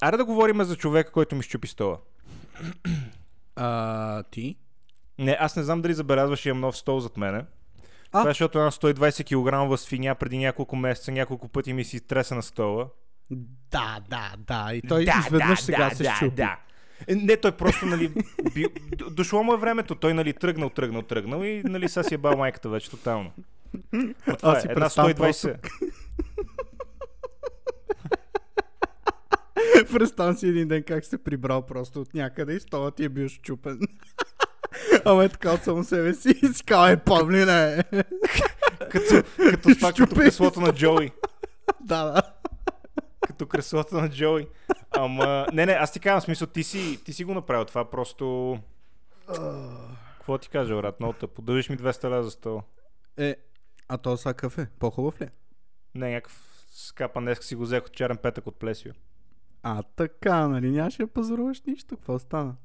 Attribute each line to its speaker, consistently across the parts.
Speaker 1: Аре да говорим за човека, който ми щупи стола.
Speaker 2: А, ти?
Speaker 1: Не, аз не знам дали забелязваш, имам нов стол зад мене.
Speaker 2: А?
Speaker 1: Това е защото една 120 кг свиня преди няколко месеца, няколко пъти ми си треса на стола.
Speaker 2: Да, да, да. И той да, изведнъж да, сега да, се щупи. Да,
Speaker 1: Е, Не, той просто, нали, би... д- дошло му е времето. Той, нали, тръгнал, тръгнал, тръгнал и, нали, сега си е бал майката вече тотално. Но това
Speaker 2: Аз
Speaker 1: е,
Speaker 2: си
Speaker 1: една
Speaker 2: представям
Speaker 1: 120.
Speaker 2: Представям си един ден как се е прибрал просто от някъде и стола ти е бил щупен. Ама е така от само себе си. и си казал, е, помни, не.
Speaker 1: Като, като, това, като
Speaker 2: Щупи.
Speaker 1: креслото на Джои.
Speaker 2: да, да.
Speaker 1: Като креслото на Джои. Ама, не, не, аз ти казвам, в смисъл, ти си, ти си го направил това, просто... Какво ти кажа, брат, много тъпо. Дължиш ми 200 лева за стола.
Speaker 2: Е, а то са кафе. По-хубав ли? е?
Speaker 1: Не, някакъв скапан днес си го взех от черен петък от Плесио.
Speaker 2: А, така, нали? Нямаше да пазаруваш нищо. Какво стана?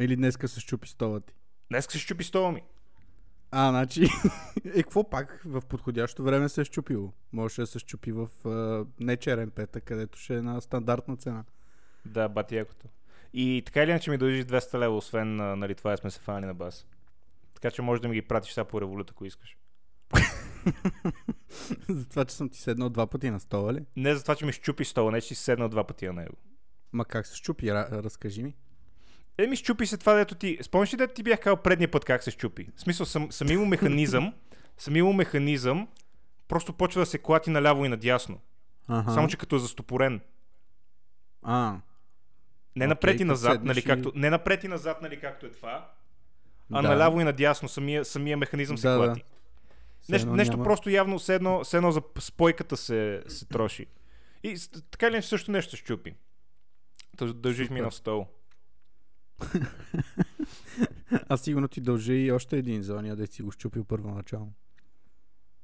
Speaker 2: Или днеска се щупи стола ти.
Speaker 1: Днес се щупи стола ми.
Speaker 2: А, значи, е, какво пак в подходящо време се е щупило? Може да се щупи в е, не черен петък, където ще е на стандартна цена.
Speaker 1: Да, бати якото. И така или иначе ми дължиш 200 лева, освен а, нали, това сме се фанали на бас. Така че може да ми ги пратиш сега по революта, ако искаш.
Speaker 2: За това, че съм ти седнал два пъти на стола ли?
Speaker 1: Не за това, че ми щупи стола, не че си седнал два пъти на него.
Speaker 2: Ма как се щупи? Ра- разкажи ми.
Speaker 1: Е, ми щупи се това, дето ти... Спомниш ли, дето ти бях казал предния път как се щупи? В смисъл, сам, самия му механизъм, самия му механизъм просто почва да се клати наляво и надясно.
Speaker 2: Аха.
Speaker 1: Само, че като е застопорен.
Speaker 2: А,
Speaker 1: Не
Speaker 2: Окей,
Speaker 1: напред и
Speaker 2: като
Speaker 1: назад,
Speaker 2: седнеш
Speaker 1: нали,
Speaker 2: и-
Speaker 1: както... Не напред и назад, нали, както е това, а
Speaker 2: Да.
Speaker 1: наляво и надясно самия, самия механизъм се
Speaker 2: Да, да.
Speaker 1: клати.
Speaker 2: все
Speaker 1: Нещо,
Speaker 2: едно
Speaker 1: нещо просто явно, все едно, все едно за п- спойката се, се троши. И с- така или иначе също нещо се щупи. Та Дължиш ми
Speaker 2: Супер.
Speaker 1: на стол.
Speaker 2: А сигурно ти дължи и още един за ония, да си го щупил първоначално.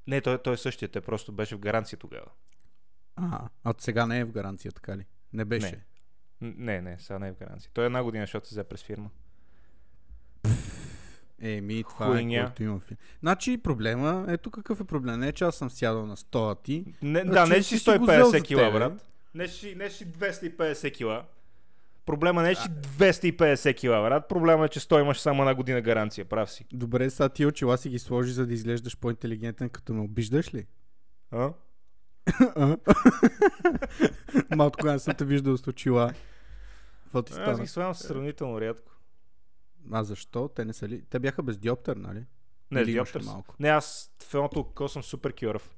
Speaker 1: Не, той, той е същия, той просто беше в гаранция тогава.
Speaker 2: А, а сега не е в гаранция, така ли? Не беше.
Speaker 1: Не. Н- Не, не, сега не е в гаранция. Той е една година, защото се взе през фирма.
Speaker 2: Еми, това
Speaker 1: Хуйня.
Speaker 2: е което имам. фи- Значи проблема, ето какъв е проблем. Не, че аз съм сядал на стола ти.
Speaker 1: Не,
Speaker 2: А,
Speaker 1: да,
Speaker 2: че
Speaker 1: не
Speaker 2: си
Speaker 1: Е, си
Speaker 2: си го взел за
Speaker 1: 150 кила,
Speaker 2: тебе.
Speaker 1: брат. Не си, не си 250 кила. Проблема не е, че 250 кила, брат. Проблема е, че 100 имаш само една година гаранция. Прав си.
Speaker 2: Добре, сега ти очила си ги сложи, за да изглеждаш по-интелигентен, като ме обиждаш ли?
Speaker 1: А?
Speaker 2: А? Ма от кога не съм те виждал с очила. Какво ти
Speaker 1: Аз
Speaker 2: стана?
Speaker 1: ги слагам сравнително рядко.
Speaker 2: А защо? Те не са ли? Те бяха без диоптер, нали?
Speaker 1: Не,
Speaker 2: Или
Speaker 1: с
Speaker 2: имаше
Speaker 1: диоптър. с-
Speaker 2: малко?
Speaker 1: Не, аз в едното око съм супер кюръв.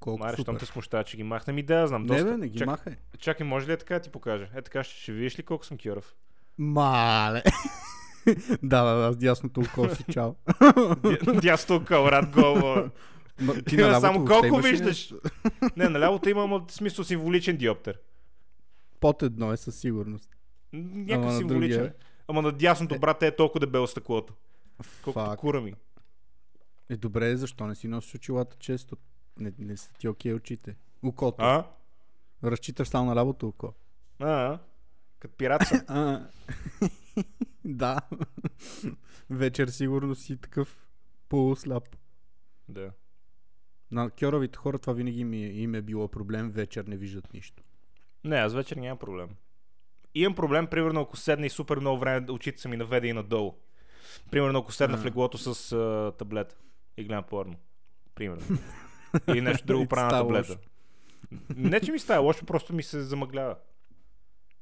Speaker 2: Колко
Speaker 1: Маре, щом
Speaker 2: супер.
Speaker 1: те смущава, че ги махнем и да, аз знам.
Speaker 2: Не,
Speaker 1: доста.
Speaker 2: бе, не ги
Speaker 1: Чак-
Speaker 2: махай.
Speaker 1: Чакай, може ли е така да ти покажа? Е така, ще, ще видиш ли колко съм кюръв?
Speaker 2: Мале. да, да, да, с дясното око си чао.
Speaker 1: Дя- Дясно око, брат, голова.
Speaker 2: Ма, ти
Speaker 1: Има
Speaker 2: на
Speaker 1: само
Speaker 2: лявото още
Speaker 1: колко
Speaker 2: имаш ли
Speaker 1: виждаш?
Speaker 2: нещо?
Speaker 1: Не, налявото имам от смисъл символичен диоптер.
Speaker 2: Под едно е със сигурност.
Speaker 1: М,
Speaker 2: Ама
Speaker 1: Някакъв
Speaker 2: на
Speaker 1: символичен.
Speaker 2: другия?
Speaker 1: Ама на дясното, брат, е толкова дебело стъклото. Колкото
Speaker 2: Фак.
Speaker 1: кура ми.
Speaker 2: Е, добре, защо не си носиш очилата често? Не, не са ти окей очите. Окото.
Speaker 1: А?
Speaker 2: Разчиташ само на работа око.
Speaker 1: А? Като пират съм.
Speaker 2: А, да. Вечер сигурно си такъв полусляп.
Speaker 1: да.
Speaker 2: На кьоровите хора това винаги ми, е- им е било проблем. Вечер не виждат нищо.
Speaker 1: Не, аз вечер нямам проблем. Имам проблем, примерно, ако седна и супер много време очите са ми наведе и надолу. Примерно, ако седна
Speaker 2: А.
Speaker 1: в леглото с а, таблета и гледам порно. Примерно. Или нещо друго
Speaker 2: И
Speaker 1: правя на
Speaker 2: става
Speaker 1: таблета.
Speaker 2: лошо.
Speaker 1: Не, че ми става лошо, просто ми се замъглява.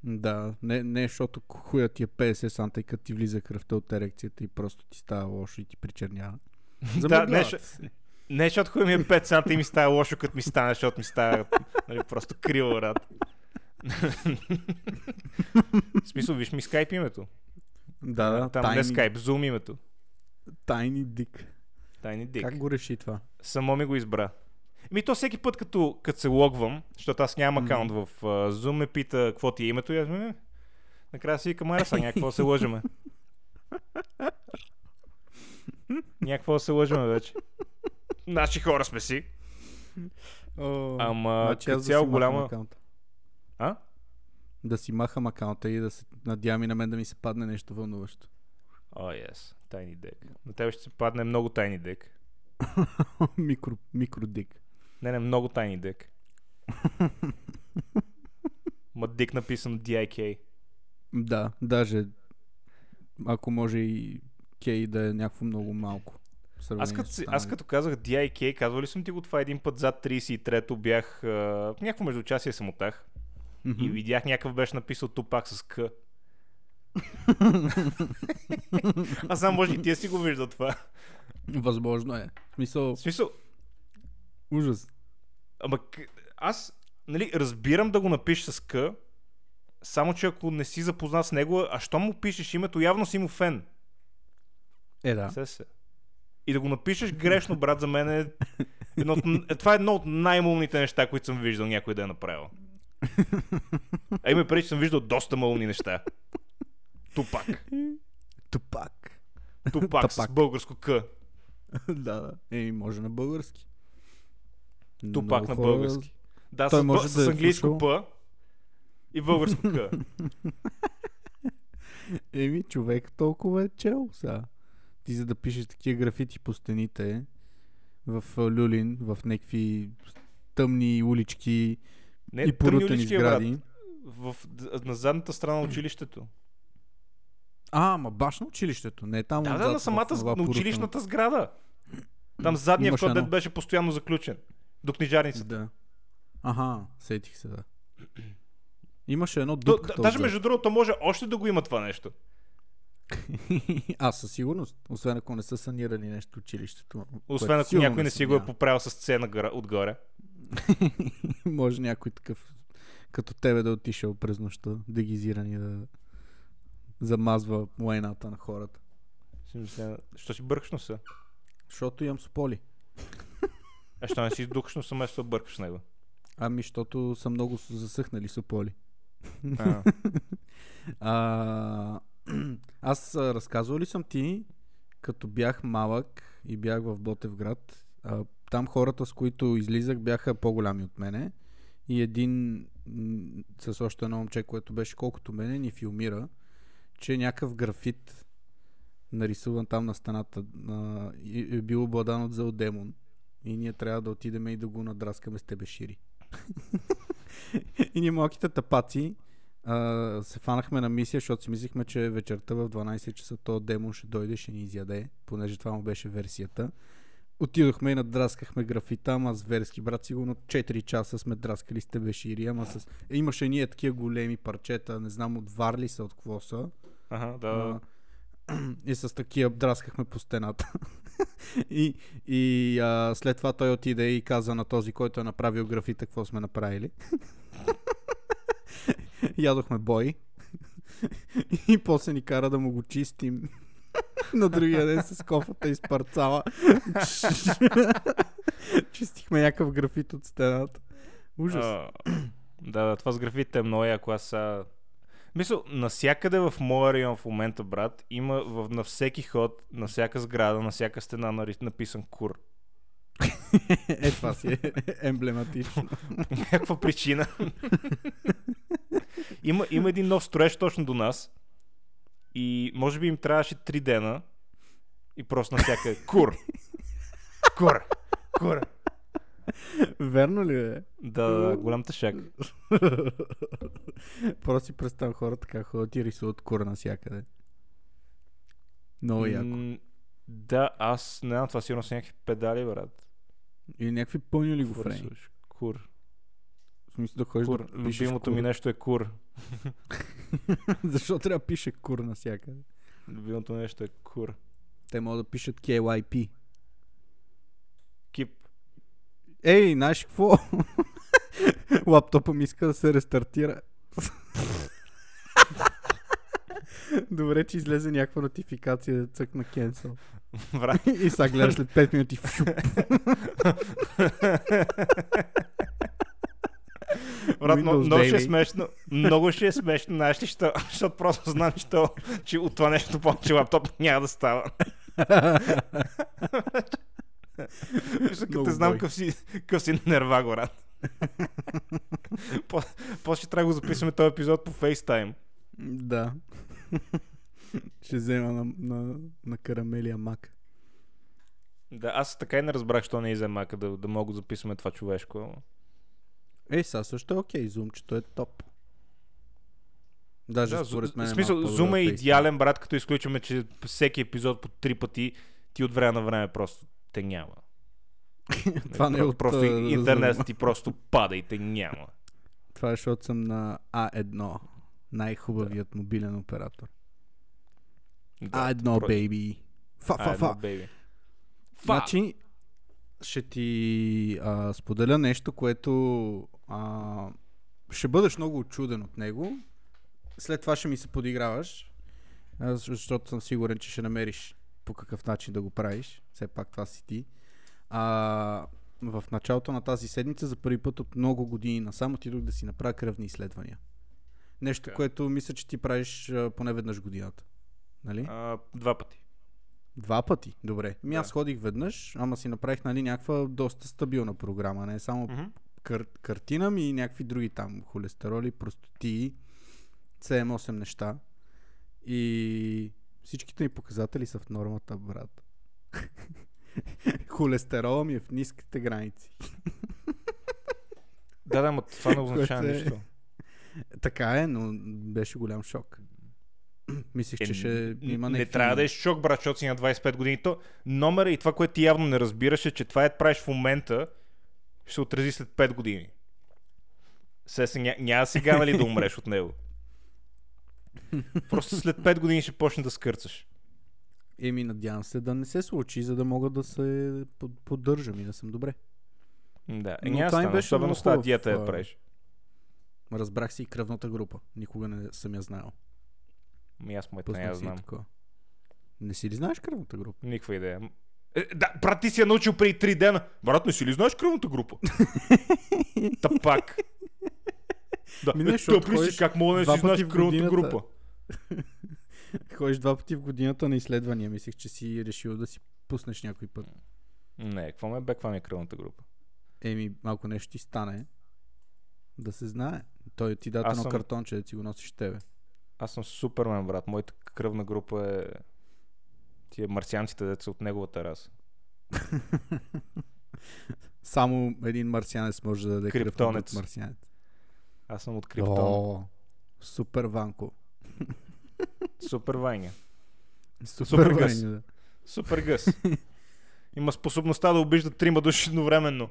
Speaker 2: Да, не, не защото хуя ти е 50 сам, тъй като ти влиза кръвта от ерекцията и просто ти става лошо и ти причернява. Замъгляват
Speaker 1: не, ще-
Speaker 2: се.
Speaker 1: Не, защото хуй ми е 5 санта и ми става лошо, като ми стане, защото ми става нали, просто крил, брат. в смисъл, виж ми скайп името.
Speaker 2: Да, да,
Speaker 1: Там е.
Speaker 2: тайни,
Speaker 1: не скайп, зум името.
Speaker 2: тайни дик.
Speaker 1: Тайни дик.
Speaker 2: дик. Как го реши това?
Speaker 1: Само ми го избра. Ми то всеки път, като, като се логвам, защото аз нямам
Speaker 2: Мгм.
Speaker 1: акаунт в uh, Zoom, ме пита какво ти е името и аз ми... Накрая си викам, аре са, някакво се лъжеме. някакво се лъжеме вече. Наши хора сме си.
Speaker 2: О,
Speaker 1: Ама
Speaker 2: значи
Speaker 1: като
Speaker 2: аз да
Speaker 1: цяло
Speaker 2: си махам
Speaker 1: голяма-
Speaker 2: Акаунта.
Speaker 1: А?
Speaker 2: Да си махам акаунта и да се надявам и на мен да ми се падне нещо вълнуващо.
Speaker 1: О, oh, yes. Тайни дек. На тебе ще се падне много тайни дек.
Speaker 2: Микро, микродик.
Speaker 1: Не, не, много тайни дек. дик написано DIK.
Speaker 2: Да, даже ако може и Кей да е някакво много малко. в
Speaker 1: Аз
Speaker 2: сравнение
Speaker 1: като,
Speaker 2: с
Speaker 1: си- аз
Speaker 2: останалите.
Speaker 1: като казах DIK, казвал ли съм ти го това един път зад 33-то бях... а, В някакво междучасие съм отах
Speaker 2: Мгм.
Speaker 1: и видях някакъв беше написал Тупак с К. Аз знам, може и тия си го виждат това.
Speaker 2: Възможно е. В смисъл,
Speaker 1: В смисъл,
Speaker 2: ужас.
Speaker 1: Ама к- аз, нали, разбирам да го напишеш с К, само че ако не си запознат с него, а що му пишеш името, явно си му фен.
Speaker 2: Е, да.
Speaker 1: Се се. И да го напишеш грешно, брат, за мен е... Едно от, е, това е едно от най-мълните неща, които съм виждал някой да е направил. А има преди, че съм виждал доста мълни неща. Тупак.
Speaker 2: Тупак.
Speaker 1: Тупак с
Speaker 2: Тапак.
Speaker 1: българско К.
Speaker 2: да, да. Еми, може на български.
Speaker 1: Тупак
Speaker 2: Много
Speaker 1: на
Speaker 2: хора-
Speaker 1: български. Да,
Speaker 2: Той
Speaker 1: с,
Speaker 2: може
Speaker 1: може с,
Speaker 2: да е
Speaker 1: английско
Speaker 2: слушал.
Speaker 1: П и българско К.
Speaker 2: Еми, човек толкова е чел сега. Ти за да пишеш такива графити по стените в а, Люлин, в някакви тъмни улички
Speaker 1: Не,
Speaker 2: и
Speaker 1: тъмни
Speaker 2: порутени
Speaker 1: улички, брат.
Speaker 2: сгради.
Speaker 1: в, д- на задната страна на училището.
Speaker 2: А, ама баш на училището, не е там
Speaker 1: Да, да,
Speaker 2: отзад,
Speaker 1: на
Speaker 2: в
Speaker 1: самата,
Speaker 2: това
Speaker 1: на
Speaker 2: порутено.
Speaker 1: училищната сграда. Там задния
Speaker 2: Имаше
Speaker 1: вход дед
Speaker 2: едно.
Speaker 1: беше постоянно заключен. До книжарницата.
Speaker 2: Да. Аха, сетих се, да. Имаше едно
Speaker 1: До,
Speaker 2: дупка.
Speaker 1: да, даже между другото може още да го има това нещо.
Speaker 2: А, със сигурност. Освен ако не са санирали нещо училището.
Speaker 1: Освен
Speaker 2: което
Speaker 1: ако
Speaker 2: силно
Speaker 1: някой не
Speaker 2: се
Speaker 1: си го е
Speaker 2: надявам.
Speaker 1: поправил с сцена гора- отгоре.
Speaker 2: Може някой такъв като тебе да е отишъл през нощта, дегизиран и да замазва лайната на хората.
Speaker 1: Що си бъркаш носа?
Speaker 2: Защото имам сополи.
Speaker 1: А що не си духаш носа, вместо да бъркаш него?
Speaker 2: Ами, защото са много с- засъхнали сополи.
Speaker 1: А,
Speaker 2: А, аз а, разказвал ли съм ти, като бях малък и бях в Ботевград, а, там хората, с които излизах, бяха по-голями от мене. И един м, с още едно момче, което беше колкото мене, ни филмира, че някакъв графит, нарисуван там на стената, а, и- е бил обладан от Зел Демон. И ние трябва да отидем и да го надраскаме с тебешири. и ние малките тапаци а, се фанахме на мисия, защото си мислихме, че вечерта в 12 часа то демон ще дойде, ще ни изяде, понеже това му беше версията. Отидохме и надраскахме графита, ама зверски, брат, сигурно 4 часа сме драскали с тебешири, ама с... Е, имаше ние такива големи парчета, не знам от вар ли са, от какво са.
Speaker 1: Аха, да.
Speaker 2: А,
Speaker 1: да.
Speaker 2: и с такива драскахме по стената. и и а, след това той отиде и каза на този, който е направил графита, какво сме направили. Ядохме бой. и после ни кара да му го чистим. на другия ден с кофата изпарцала. Чистихме някакъв графит от стената. Ужас.
Speaker 1: А, да, да, това с графитите е много яко. Аз са... Мисля, насякъде в моя район в момента, брат, има в, на всеки ход, на всяка сграда, на всяка стена нари- написан кур.
Speaker 2: е, това си е емблематично.
Speaker 1: По някаква причина. има, има един нов строеж точно до нас. И може би им трябваше три дена. И просто навсякъде. Кур! Кур! Кур!
Speaker 2: Верно ли е?
Speaker 1: Да, да, да, голям тъшак.
Speaker 2: Просто си представям хора така ходят и рисуват кура насякъде. Много яко.
Speaker 1: М, Да, аз не знам, това сигурно са някакви педали, брат.
Speaker 2: Или някакви пълни ли го
Speaker 1: Какво
Speaker 2: френи.
Speaker 1: рисуваш? Кур.
Speaker 2: В смисъл да ходиш
Speaker 1: Кур.
Speaker 2: да пишеш
Speaker 1: Любимото
Speaker 2: кур.
Speaker 1: ми нещо е кур.
Speaker 2: Защо трябва да пише кур насякъде?
Speaker 1: Любимото ми нещо е кур.
Speaker 2: Те могат да пишат KYP.
Speaker 1: Кип.
Speaker 2: Ей, знаеш какво? Лаптопа ми иска да се рестартира. Добре, че излезе някаква нотификация да цъкна cancel.
Speaker 1: Брат.
Speaker 2: И сега гледаш след 5 минути. фью.
Speaker 1: Брат, но,
Speaker 2: Windows
Speaker 1: много ще е
Speaker 2: Daily.
Speaker 1: смешно. Много ще е смешно, знаеш ли, що- защото просто знам, що, че от това нещо повече лаптоп няма да става. Мисля, като
Speaker 2: Много
Speaker 1: те знам
Speaker 2: бой.
Speaker 1: какъв си, какъв си нерва, го рад. По- После ще трябва да го записваме този епизод по FaceTime.
Speaker 2: Да. Ще взема на, на, на карамелия мак.
Speaker 1: Да, аз така и не разбрах, що не изема, да, да мога да записваме това човешко.
Speaker 2: Ей, сега също е окей, зумчето е топ. Даже
Speaker 1: Да,
Speaker 2: да,
Speaker 1: зу-
Speaker 2: според мен.
Speaker 1: в смисъл,
Speaker 2: малко
Speaker 1: Zoom е
Speaker 2: по-добър
Speaker 1: идеален, брат, като изключваме, че всеки епизод по три пъти ти от време на време просто те няма.
Speaker 2: пейст. Това не е
Speaker 1: Про-
Speaker 2: от
Speaker 1: Просто
Speaker 2: а, Zoom.
Speaker 1: интернет ти просто пада и те няма.
Speaker 2: Това е защото съм на А1. Най-хубавият мобилен оператор.
Speaker 1: Да,
Speaker 2: А1,
Speaker 1: просто-
Speaker 2: бейби. Фа,
Speaker 1: А,
Speaker 2: фа,
Speaker 1: едно,
Speaker 2: фа.
Speaker 1: бейби. Фа.
Speaker 2: Значи, ще ти а, споделя нещо, което а, ще бъдеш много очуден от него. След това ще ми се подиграваш, а, защото съм сигурен, че ще намериш по какъв начин да го правиш. Все пак това си ти. А, в началото на тази седмица, за първи път от много години насам, отидох да си направя кръвни изследвания. Нещо,
Speaker 1: Така.
Speaker 2: което мисля, че ти правиш а, поне веднъж в годината. Нали?
Speaker 1: А, два пъти.
Speaker 2: Два пъти. Добре. Ми аз
Speaker 1: Да.
Speaker 2: ходих веднъж, ама си направих нали, някаква доста стабилна програма. Не само
Speaker 1: Мгм.
Speaker 2: кар- картина ми и някакви други там холестероли, простоти, 7-8 неща. И всичките ми показатели са в нормата, брат. Холестерола ми е в ниските граници.
Speaker 1: Да, да, но това не означава
Speaker 2: Което е-
Speaker 1: нищо.
Speaker 2: Така е, но беше голям шок. Мислих, че ще
Speaker 1: Е,
Speaker 2: има
Speaker 1: не
Speaker 2: някакви-
Speaker 1: трябва да е шок, брат, защото си на 25 години. То номера и това, което ти явно не разбираш е, че това е правиш в момента, ще се отрази след 5 години. Се, се, ня, няма сега нали да умреш от него. Просто след 5 години ще почне да скърцаш.
Speaker 2: Еми, надявам се да не се случи, за да мога да се под- поддържам и да съм добре.
Speaker 1: М, Да, е,
Speaker 2: Но
Speaker 1: няма
Speaker 2: това им
Speaker 1: стана,
Speaker 2: беше
Speaker 1: особено
Speaker 2: много
Speaker 1: с тази
Speaker 2: хубав,
Speaker 1: диета я
Speaker 2: а,
Speaker 1: правиш.
Speaker 2: Ма Разбрах си и кръвната група. Никога не съм я знаел.
Speaker 1: Ми Ами аз моята не я
Speaker 2: Пуснах си
Speaker 1: знам.
Speaker 2: такова. Не си ли знаеш кръвната група?
Speaker 1: Никаква идея. Е, да, брат, ти си я научил преди 3 дена. Брат, не си ли знаеш кръвната група? Та пак. Да,
Speaker 2: Ми не,
Speaker 1: е,
Speaker 2: защото
Speaker 1: тъп ли
Speaker 2: ходиш
Speaker 1: си, как мога да не
Speaker 2: два
Speaker 1: си знаеш
Speaker 2: пъти в
Speaker 1: кръвната
Speaker 2: годината.
Speaker 1: група?
Speaker 2: Ходиш два пъти в годината на изследвания. Мислих, че си решил да си пуснеш някой път.
Speaker 1: Не, какво ме бе, каква ми е кръвната група?
Speaker 2: Еми, малко нещо ти стане, да се знае. Той ти даде
Speaker 1: Аз
Speaker 2: едно
Speaker 1: съм-
Speaker 2: картонче, да си го носиш тебе.
Speaker 1: Аз съм Супермен, брат. Моята кръвна група е... Тия марсианците, деца от неговата раса.
Speaker 2: Само един марсианец може да даде кръв на друг
Speaker 1: Криптонец.
Speaker 2: марсианец.
Speaker 1: Аз съм от Криптон.
Speaker 2: О, супер Ванко.
Speaker 1: Супер Ваня.
Speaker 2: Супер,
Speaker 1: гъс.
Speaker 2: Ваню, да.
Speaker 1: Супер Гъс. Има способността да обижда трима души едновременно.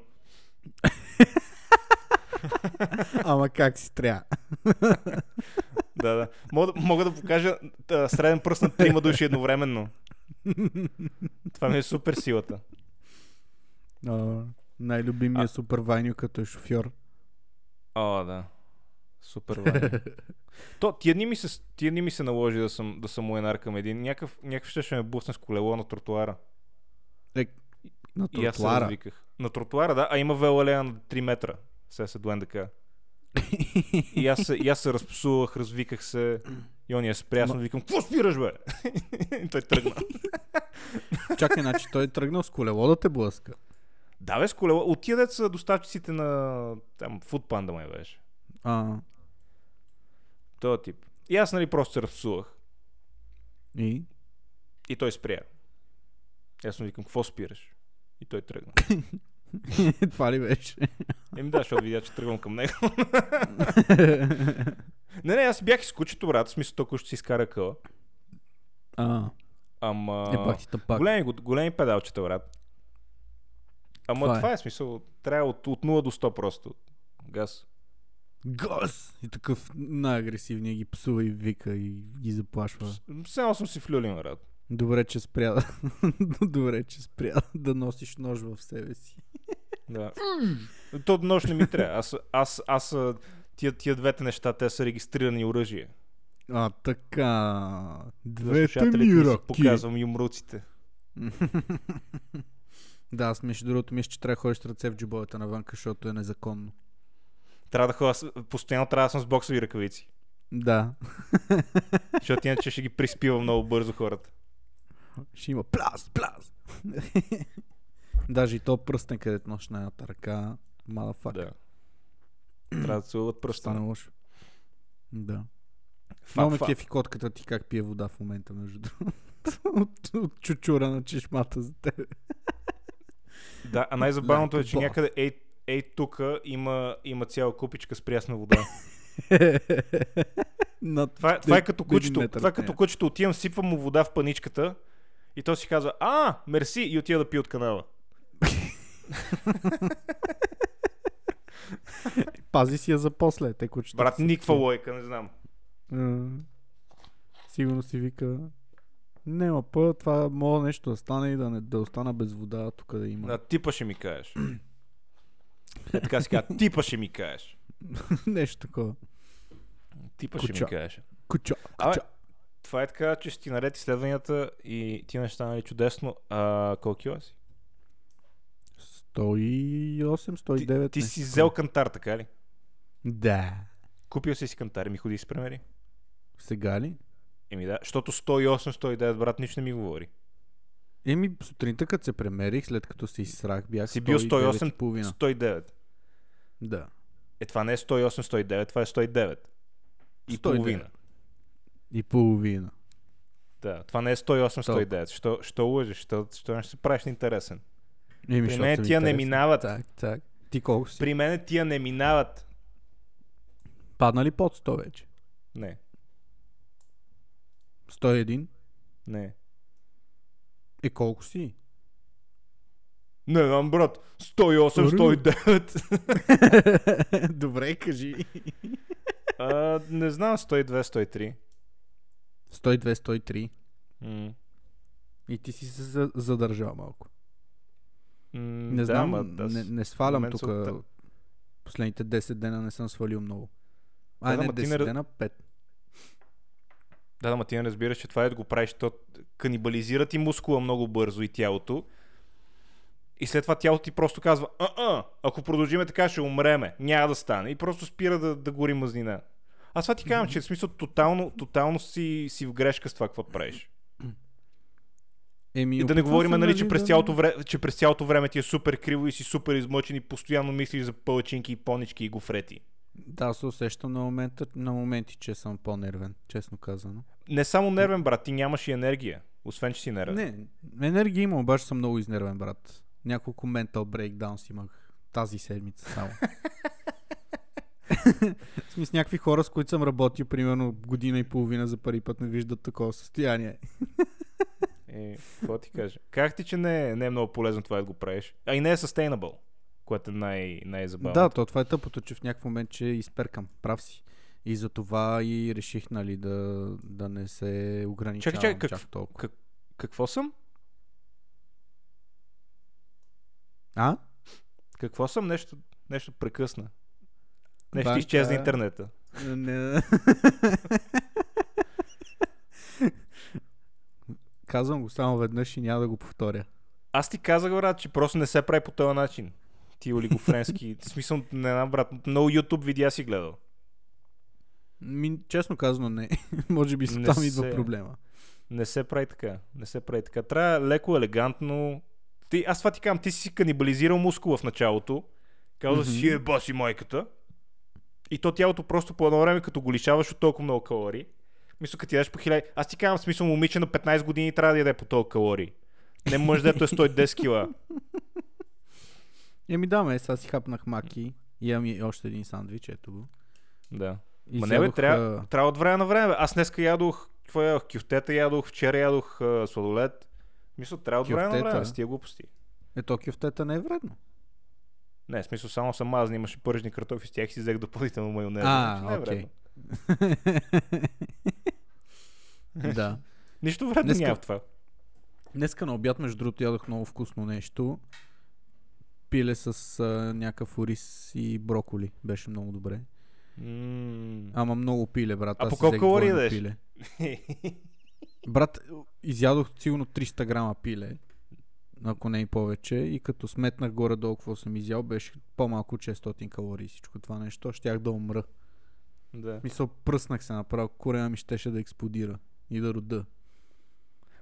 Speaker 2: Ама как си трябва?
Speaker 1: Да, да. Мога, да- мога да покажа а, среден пръст на трима души едновременно. Това ми е супер силата.
Speaker 2: А, най-любимия супер Ваню като е шофьор. е.
Speaker 1: О, да. Супер Ваня. То, тия дни ми се, тия дни ми се наложи да съм, да съм уенар към един. Някакъв, някакъв ще, ще ме бусне с колело на тротуара.
Speaker 2: Е, на
Speaker 1: И аз се
Speaker 2: тротуара.
Speaker 1: развиках. На тротуара, да, а има велолея на 3 метра. Сега се дуен така. И аз се, и аз се разпсувах, развиках се. И он я спря, аз му викам, какво спираш, бе? И той тръгна.
Speaker 2: Чакай, значи той е тръгнал с колело да те блъска.
Speaker 1: да, бе, с колела. От тия деца доставчиците на там, Foodpanda май беше.
Speaker 2: А,
Speaker 1: Този тип. И аз, нали, просто се разпсувах.
Speaker 2: и?
Speaker 1: И той спря. И Аз му викам, какво спираш? И той тръгна.
Speaker 2: Това ли беше?
Speaker 1: Еми да, защото видя, че тръгвам към него.
Speaker 2: е,
Speaker 1: не, не, аз бях изкучето, брат. В смисъл, толкова ще си изкара къла.
Speaker 2: а,
Speaker 1: Ама...
Speaker 2: е пак ти тъпак.
Speaker 1: Големи, гол- големи педалчета, брат. Ама
Speaker 2: Това
Speaker 1: това
Speaker 2: е.
Speaker 1: е, смисъл. Трябва от, от 0 до 100 просто. Газ.
Speaker 2: Гос! И такъв най-агресивния ги псува и вика и ги заплашва.
Speaker 1: Само съм си флюлин, брат.
Speaker 2: Добре, че спря. Добре, че спря да носиш нож в себе си.
Speaker 1: Да. То нож не ми трябва. Аз, аз, аз а, тия, тия двете неща, те са регистрирани оръжия.
Speaker 2: А, така.
Speaker 1: За
Speaker 2: Двете
Speaker 1: слушателите
Speaker 2: ми
Speaker 1: си
Speaker 2: ръки.
Speaker 1: Показвам юмруците.
Speaker 2: да, аз между другото мисля, че трябва да ходиш с ръце в джобовете навънка, защото е незаконно.
Speaker 1: Трябва да ходя, с- постоянно трябва да съм с боксови ръкавици.
Speaker 2: Да.
Speaker 1: Защото иначе ще ги приспивам много бързо хората.
Speaker 2: Ще има пляс, пляс. Даже и то пръстен, където нощ на едната ръка. Мадафак. Да.
Speaker 1: Да. Трябва да целуват
Speaker 2: Стана
Speaker 1: пръста.
Speaker 2: лошо. Да. Много ме
Speaker 1: Фак, фак.
Speaker 2: кефи котката ти как пие вода в момента, между другото. от, от чучура на чешмата за теб.
Speaker 1: Да, а най-забавното е, че
Speaker 2: Like a boss.
Speaker 1: някъде ей, ей тука има, има цяла купичка с прясна вода.
Speaker 2: Над
Speaker 1: Това, е- това е като
Speaker 2: един
Speaker 1: кучето.
Speaker 2: метър
Speaker 1: Това е
Speaker 2: от нея.
Speaker 1: като кучето. Отивам, сипвам му вода в паничката и то си казва, а, мерси, и отива да пие от канала.
Speaker 2: Пази си я за после, те кучета.
Speaker 1: Брат,
Speaker 2: са
Speaker 1: никаква
Speaker 2: такива.
Speaker 1: лойка, не знам.
Speaker 2: М. Сигурно си вика, няма пъ, това мога нещо да стане и да, не, да остана без вода, а тук да има.
Speaker 1: На типа ще ми кажеш. Е, така си казва, типа ще ми кажеш.
Speaker 2: нещо такова.
Speaker 1: Типа ще
Speaker 2: Куча.
Speaker 1: ми кажеш.
Speaker 2: Кучо,
Speaker 1: Абе,
Speaker 2: кучо.
Speaker 1: това е така, че си наред изследванията и ти неща, нали, чудесно. А, колко кила си?
Speaker 2: 108,
Speaker 1: Ти,
Speaker 2: 109.
Speaker 1: ти
Speaker 2: нещо
Speaker 1: си
Speaker 2: такова.
Speaker 1: взел кантар, така ли?
Speaker 2: Да.
Speaker 1: Купил си си кантар и ми ходи и си премери.
Speaker 2: Сега ли?
Speaker 1: Еми да, защото 108-109, брат, нищо не ми говори.
Speaker 2: Еми, сутринта, като се премерих, след като се изсрах, бях
Speaker 1: Си бил 108
Speaker 2: 109,5.
Speaker 1: 109.
Speaker 2: Да.
Speaker 1: Е, това не е 108-109, това е 109. И
Speaker 2: 109.
Speaker 1: половина.
Speaker 2: И половина.
Speaker 1: Да, това не е 108-109. Що, що лъжеш? Що, що не ще се правиш на интересен? При
Speaker 2: Еми, Ами, защото
Speaker 1: мен
Speaker 2: съм
Speaker 1: тия не
Speaker 2: интересен.
Speaker 1: минават.
Speaker 2: Так, так. Ти колко си? При...
Speaker 1: При мен тия не минават.
Speaker 2: Падна ли под 100 вече?
Speaker 1: Не,
Speaker 2: 101?
Speaker 1: не.
Speaker 2: Е, колко си?
Speaker 1: Не знам, брат. 108-109.
Speaker 2: Добре, кажи.
Speaker 1: а, не знам, 102-103.
Speaker 2: 102, 103.
Speaker 1: М.
Speaker 2: И ти си се за- задържал малко.
Speaker 1: М,
Speaker 2: Не
Speaker 1: да,
Speaker 2: знам,
Speaker 1: ама аз-
Speaker 2: не, не свалям
Speaker 1: момент
Speaker 2: тук.
Speaker 1: се оттъ-
Speaker 2: Последните 10 дена не съм свалил много. А,
Speaker 1: Да,
Speaker 2: не,
Speaker 1: ама ти не
Speaker 2: 10
Speaker 1: раз-
Speaker 2: дена, 5.
Speaker 1: Да, да, ма ти не разбираш, че това е да го правиш, то канибализира ти мускула много бързо и тялото. И след това тялото ти просто казва, а ако продължиме така ще умреме, няма да стане. И просто спира да, да гори мазнина. Аз това ти казвам, че в смисъл тотално, тотално си, си в грешка с това, какво правиш.
Speaker 2: Еми,
Speaker 1: И да не
Speaker 2: опитвам
Speaker 1: говорим,
Speaker 2: се,
Speaker 1: нали, че през, цялото време, че през цялото време ти е супер криво и си супер измъчен и постоянно мислиш за пълчинки и понички и гофрети.
Speaker 2: Да, се усещам на, момента, на моменти, че съм по-нервен, честно казано.
Speaker 1: Не само нервен, брат, ти нямаш и енергия, освен че си нервен.
Speaker 2: Не, енергия има, обаче съм много изнервен, брат. Няколко ментал брейкдаунс имах тази седмица само. В смисъл, някакви хора, с които съм работил примерно година и половина за първи път ме виждат такова състояние.
Speaker 1: Е, какво ти кажа? Казах ти, че не, е- не е много полезно това да го правиш. А и не е sustainable, което е най- най-забавно.
Speaker 2: Да, то това е тъпото, че в някакъв момент ще изперкам. Прав си. И за това и реших, нали, да, да не се ограничавам
Speaker 1: Чакай, чакай,
Speaker 2: чак
Speaker 1: какв-
Speaker 2: толкова.
Speaker 1: как- Какво съм?
Speaker 2: А?
Speaker 1: Какво съм? Нещо, нещо прекъсна. Нещо
Speaker 2: Банка-
Speaker 1: ти изчезна интернета.
Speaker 2: Не. Казвам го само веднъж и няма да го повторя.
Speaker 1: Аз ти казах, брат, че просто не се прави по този начин. Ти олигофренски. в смисъл, не знам, брат. Много YouTube видеа си гледал.
Speaker 2: Ми, честно казано не. Може би
Speaker 1: Не
Speaker 2: там идва
Speaker 1: се.
Speaker 2: проблема.
Speaker 1: Не се прави така. Не се прави така. Трябва леко, елегантно. Ти, аз това ти казвам, ти си си канибализирал мускула в началото. Казва
Speaker 2: Мгм.
Speaker 1: си е баси майката. И то тялото просто по едно време, като го лишаваш от толкова много калории. Мисля, като ти дадеш по 1000. Аз ти казвам, в смисъл, момиче на 15 години трябва да яде по толкова калории. Не мъж, дето е 110 кила.
Speaker 2: Еми да, ме, сега си хапнах маки. Имам и още един сандвич, ето го.
Speaker 1: Да. Ма не бе, трябва,
Speaker 2: а,
Speaker 1: трябва от време на време. Аз днеска ядох, какво ядох, кюфтета ядох, вчера ядох а, сладолет. Мисля, трябва от време на
Speaker 2: Кюфтета?
Speaker 1: време, с тия глупости.
Speaker 2: Е, то кюфтета не е вредно.
Speaker 1: Не, в смисъл само съм аз, имаше пържни картофи, с тях си взех допълнително майонез.
Speaker 2: А,
Speaker 1: значи не е
Speaker 2: окей.
Speaker 1: вредно.
Speaker 2: да.
Speaker 1: Нищо вредно
Speaker 2: Днеска-
Speaker 1: няма в това.
Speaker 2: Днеска на обяд, между другото, ядох много вкусно нещо. Пиле с а, някакъв ориз и броколи. Беше много добре.
Speaker 1: М.
Speaker 2: Ама много пиле, брат.
Speaker 1: А
Speaker 2: Аз
Speaker 1: по
Speaker 2: си
Speaker 1: колко
Speaker 2: взех
Speaker 1: калории
Speaker 2: двойно
Speaker 1: ядеш?
Speaker 2: пиле. Брат, изядох сигурно 300 грама пиле, ако не и повече, и като сметнах горе-долу какво съм изял, беше по-малко от 600 калории всичко това нещо. Щях да умра.
Speaker 1: Да.
Speaker 2: В Мисъл, пръснах се направо, корема ми щеше да експлодира и да рода.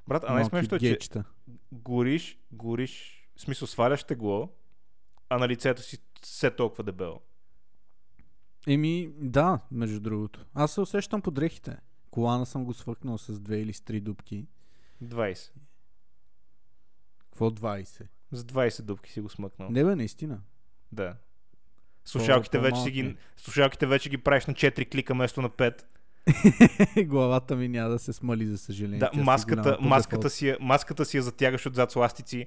Speaker 1: Брат, а
Speaker 2: Малки
Speaker 1: най-смешното е, че
Speaker 2: гейчета.
Speaker 1: гориш, гориш, в смисъл сваляш тегло, а на лицето си все толкова дебело.
Speaker 2: Еми, да, между другото. Аз се усещам по дрехите. Колана съм го свъкнал с две или с три дубки.
Speaker 1: 20.
Speaker 2: Какво 20?
Speaker 1: С 20 дупки си го смъкнал.
Speaker 2: Не бе, наистина.
Speaker 1: Да. Слушалките вече, си ги,
Speaker 2: по-малки.
Speaker 1: слушалките вече ги правиш на 4 клика вместо на 5.
Speaker 2: Главата ми няма да се смали, за съжаление.
Speaker 1: Да,
Speaker 2: Тя си е
Speaker 1: маската,
Speaker 2: голяма по
Speaker 1: маската,
Speaker 2: дефолт.
Speaker 1: си, я- маската си я затягаш отзад с ластици,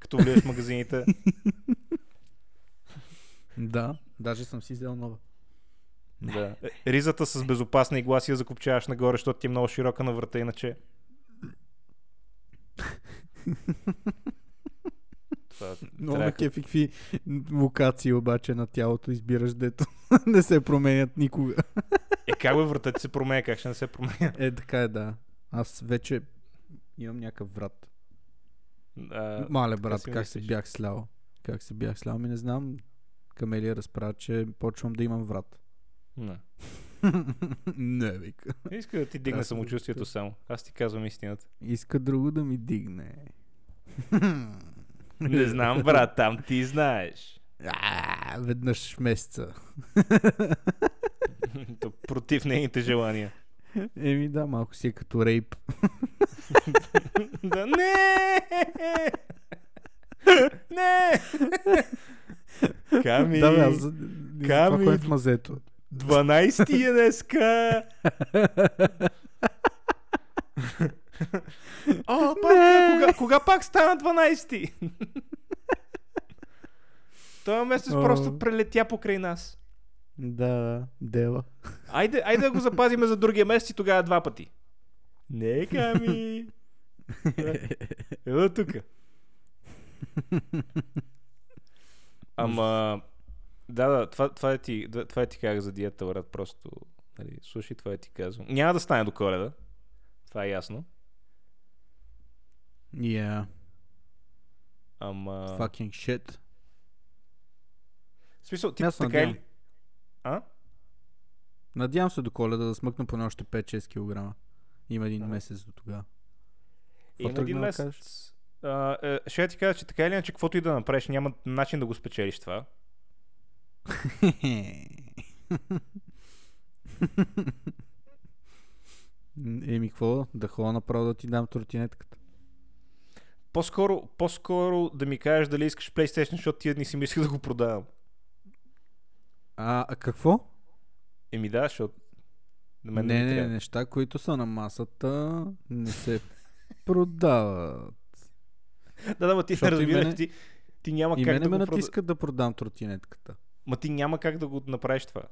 Speaker 1: като влизаш в магазините.
Speaker 2: Да, даже съм си взел нова.
Speaker 1: да. Е, Ризата с безопасна игла си я закопчаваш нагоре, защото ти е много широка на врата, иначе. Това
Speaker 2: Много
Speaker 1: трябва-
Speaker 2: ме кефи какви локации обаче на тялото избираш, дето не се променят никога.
Speaker 1: Е, как бе врата ти се променя, как ще не се променя?
Speaker 2: Е, така е, да. Аз вече имам някакъв врат.
Speaker 1: А,
Speaker 2: Мале,
Speaker 1: така
Speaker 2: брат,
Speaker 1: си
Speaker 2: как се
Speaker 1: мислиш.
Speaker 2: бях слял. Как се бях слял, ми не знам. Камелия разправя, че почвам да имам врат.
Speaker 1: не.
Speaker 2: не, вика.
Speaker 1: Иска да ти дигне
Speaker 2: Аз съм-
Speaker 1: самочувствието само. Аз ти казвам истината.
Speaker 2: Иска друго да ми дигне.
Speaker 1: Не знам, брат, там ти знаеш.
Speaker 2: А, веднъж в месеца.
Speaker 1: То против нейните желания.
Speaker 2: Еми да, малко си е като рейп.
Speaker 1: Да не! Не! Ками!
Speaker 2: Да, бе, аз за, за това,
Speaker 1: Ами, Ками-
Speaker 2: кое е в мазето.
Speaker 1: 12 е днеска! О, е. папка, кога, кога пак стана 12? Този месец
Speaker 2: О.
Speaker 1: просто прелетя покрай нас.
Speaker 2: Да, да, дела.
Speaker 1: Айде, айде да го запазиме за другия месец и тогава два пъти. Нека ми! Ело тук. Ама... Да, да, това, това, е ти, да, това е ти казах за диета, брат, просто... Нали, слушай, това е ти казвам. Няма да стане до коледа. Това е ясно.
Speaker 2: Yeah,
Speaker 1: Ама...
Speaker 2: fucking shit.
Speaker 1: В смисъл, ти
Speaker 2: Аз се
Speaker 1: така
Speaker 2: надявам.
Speaker 1: или... А?
Speaker 2: Надявам се до коледа да смъкна поне още 5-6 кг. Има един
Speaker 1: Ага.
Speaker 2: месец до тогава. Какво
Speaker 1: Има един
Speaker 2: тръгна да
Speaker 1: месец. А, е, ще ти кажа, че така или иначе, каквото и да направиш, няма начин да го спечелиш това.
Speaker 2: Еми, какво? Да хова направо да ти дам тротинетката.
Speaker 1: По-скоро, по-скоро да ми кажеш дали искаш PlayStation, защото тия дни си мислих да го продавам.
Speaker 2: А, а какво?
Speaker 1: Еми да, защото на
Speaker 2: Не,
Speaker 1: мен не, ми
Speaker 2: не,
Speaker 1: трябва.
Speaker 2: неща, които са на масата, не се продават.
Speaker 1: Да, да, ма ти не
Speaker 2: Защото и
Speaker 1: разбираш,
Speaker 2: мене-
Speaker 1: ти, ти няма
Speaker 2: И
Speaker 1: как
Speaker 2: мене
Speaker 1: да
Speaker 2: ме
Speaker 1: го натиска...
Speaker 2: натискат да продам тротинетката.
Speaker 1: Ма ти няма как да го направиш това.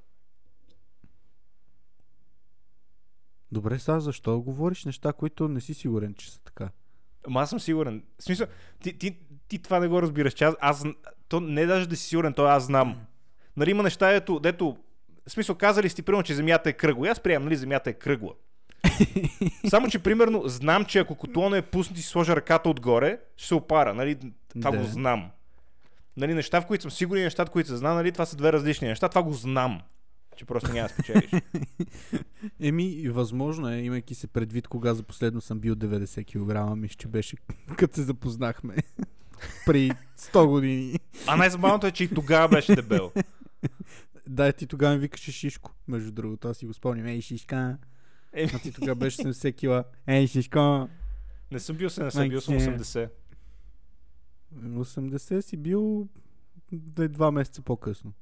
Speaker 2: Добре, сега защо говориш неща, които не си сигурен, че са така?
Speaker 1: Ама аз съм сигурен. В смисъл, ти, ти, ти това не го разбираш, че аз, аз то не е даже да си сигурен, то аз знам. Нали има неща, дето, дето в смисъл, казали сте, примерно, че земята е кръгла. И аз приемам, нали, земята е кръгла. Само, че примерно знам, че ако котлона е пуснат и си сложа ръката отгоре, ще се опара. Нали? Това
Speaker 2: Да.
Speaker 1: го знам. Нали, неща, в които съм сигурен и неща, в които се знам, нали, това са две различни неща. Това го знам. Че просто няма да спечелиш.
Speaker 2: Еми, възможно е, имайки се предвид кога за последно съм бил 90 кг, мисля, че беше като се запознахме при 100 години.
Speaker 1: А най-забавното е, че и тогава беше дебел.
Speaker 2: Да, ти тогава ми викаше Шишко, между другото, аз си го спомням. Ей, Шишка!
Speaker 1: Еми.
Speaker 2: А ти тогава беше 70 кила. Ей, Шишко!
Speaker 1: Не съм бил 70, бил съм
Speaker 2: Майке.
Speaker 1: 80.
Speaker 2: 80 си бил да е два месеца по-късно.